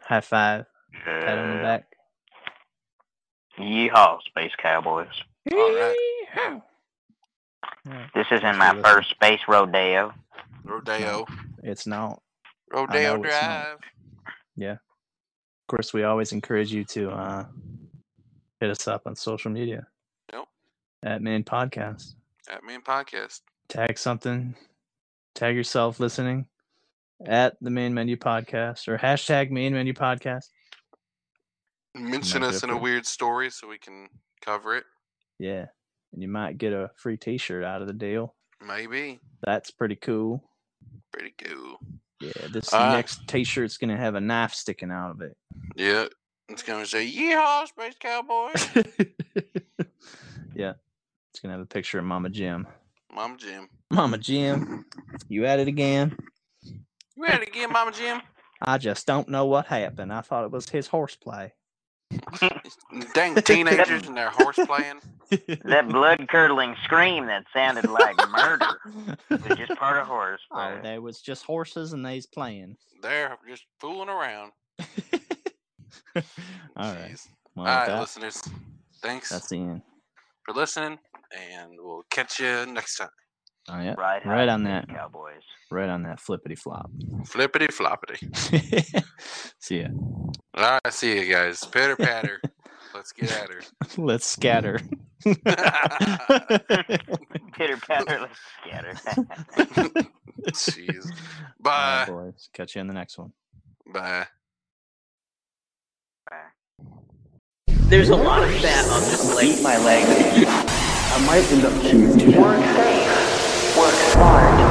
High five, pat on the
Yeah.
back.
Mm. Uh, Yeehaw, Space Cowboys.
All right.
Yee-haw.
This isn't
Thanks
my
for listening.
first space rodeo.
Rodeo.
It's not. Of I
Rodeo
know it's not.
Drive.
course, we always encourage you to uh, hit us up on social media.
Yep.
At Main Podcast.
At Main Podcast.
tag something, tag yourself listening at the main menu podcast or hashtag main menu podcast.
Mention
Might be
us
up
in a
there.
weird story so we can cover it.
Yeah. And you might get a free t shirt out of the deal.
Maybe.
That's pretty cool.
Pretty cool.
Yeah. This
Uh,
next t shirt's going to have a knife sticking out of it.
Yeah. It's gonna say Yeehaw, Space Cowboy.
yeah. It's going to have a picture of Mama Jim.
Mama Jim.
Mama Jim, you at it again?
You ready to get Mama Jim?
I just don't know what happened. I thought it was his horseplay.
Dang teenagers and their horse playing.
That blood curdling scream that sounded like murder was just part of horse.
Oh,
play.
they was just horses and they's playing.
They're just fooling around.
All right.
Jeez.
Well, with
All right,
that,
listeners. Thanks
that's the end.
for listening, and we'll catch you next time.
Oh, yeah.
Right,
Right
high,
on
Space
that.
Cowboys.
Right on that flippity flop.
Flippity floppity.
See ya.
All right, see you guys. Pitter patter. Let's get at her.
Let's scatter.
Pitter patter, let's scatter.
All
Jeez.
right,
Bye.
boys. Catch you in the next one.
Bye.
There's a lot of fat on this leg.
I might end up shooting.
Work safe. Work smart.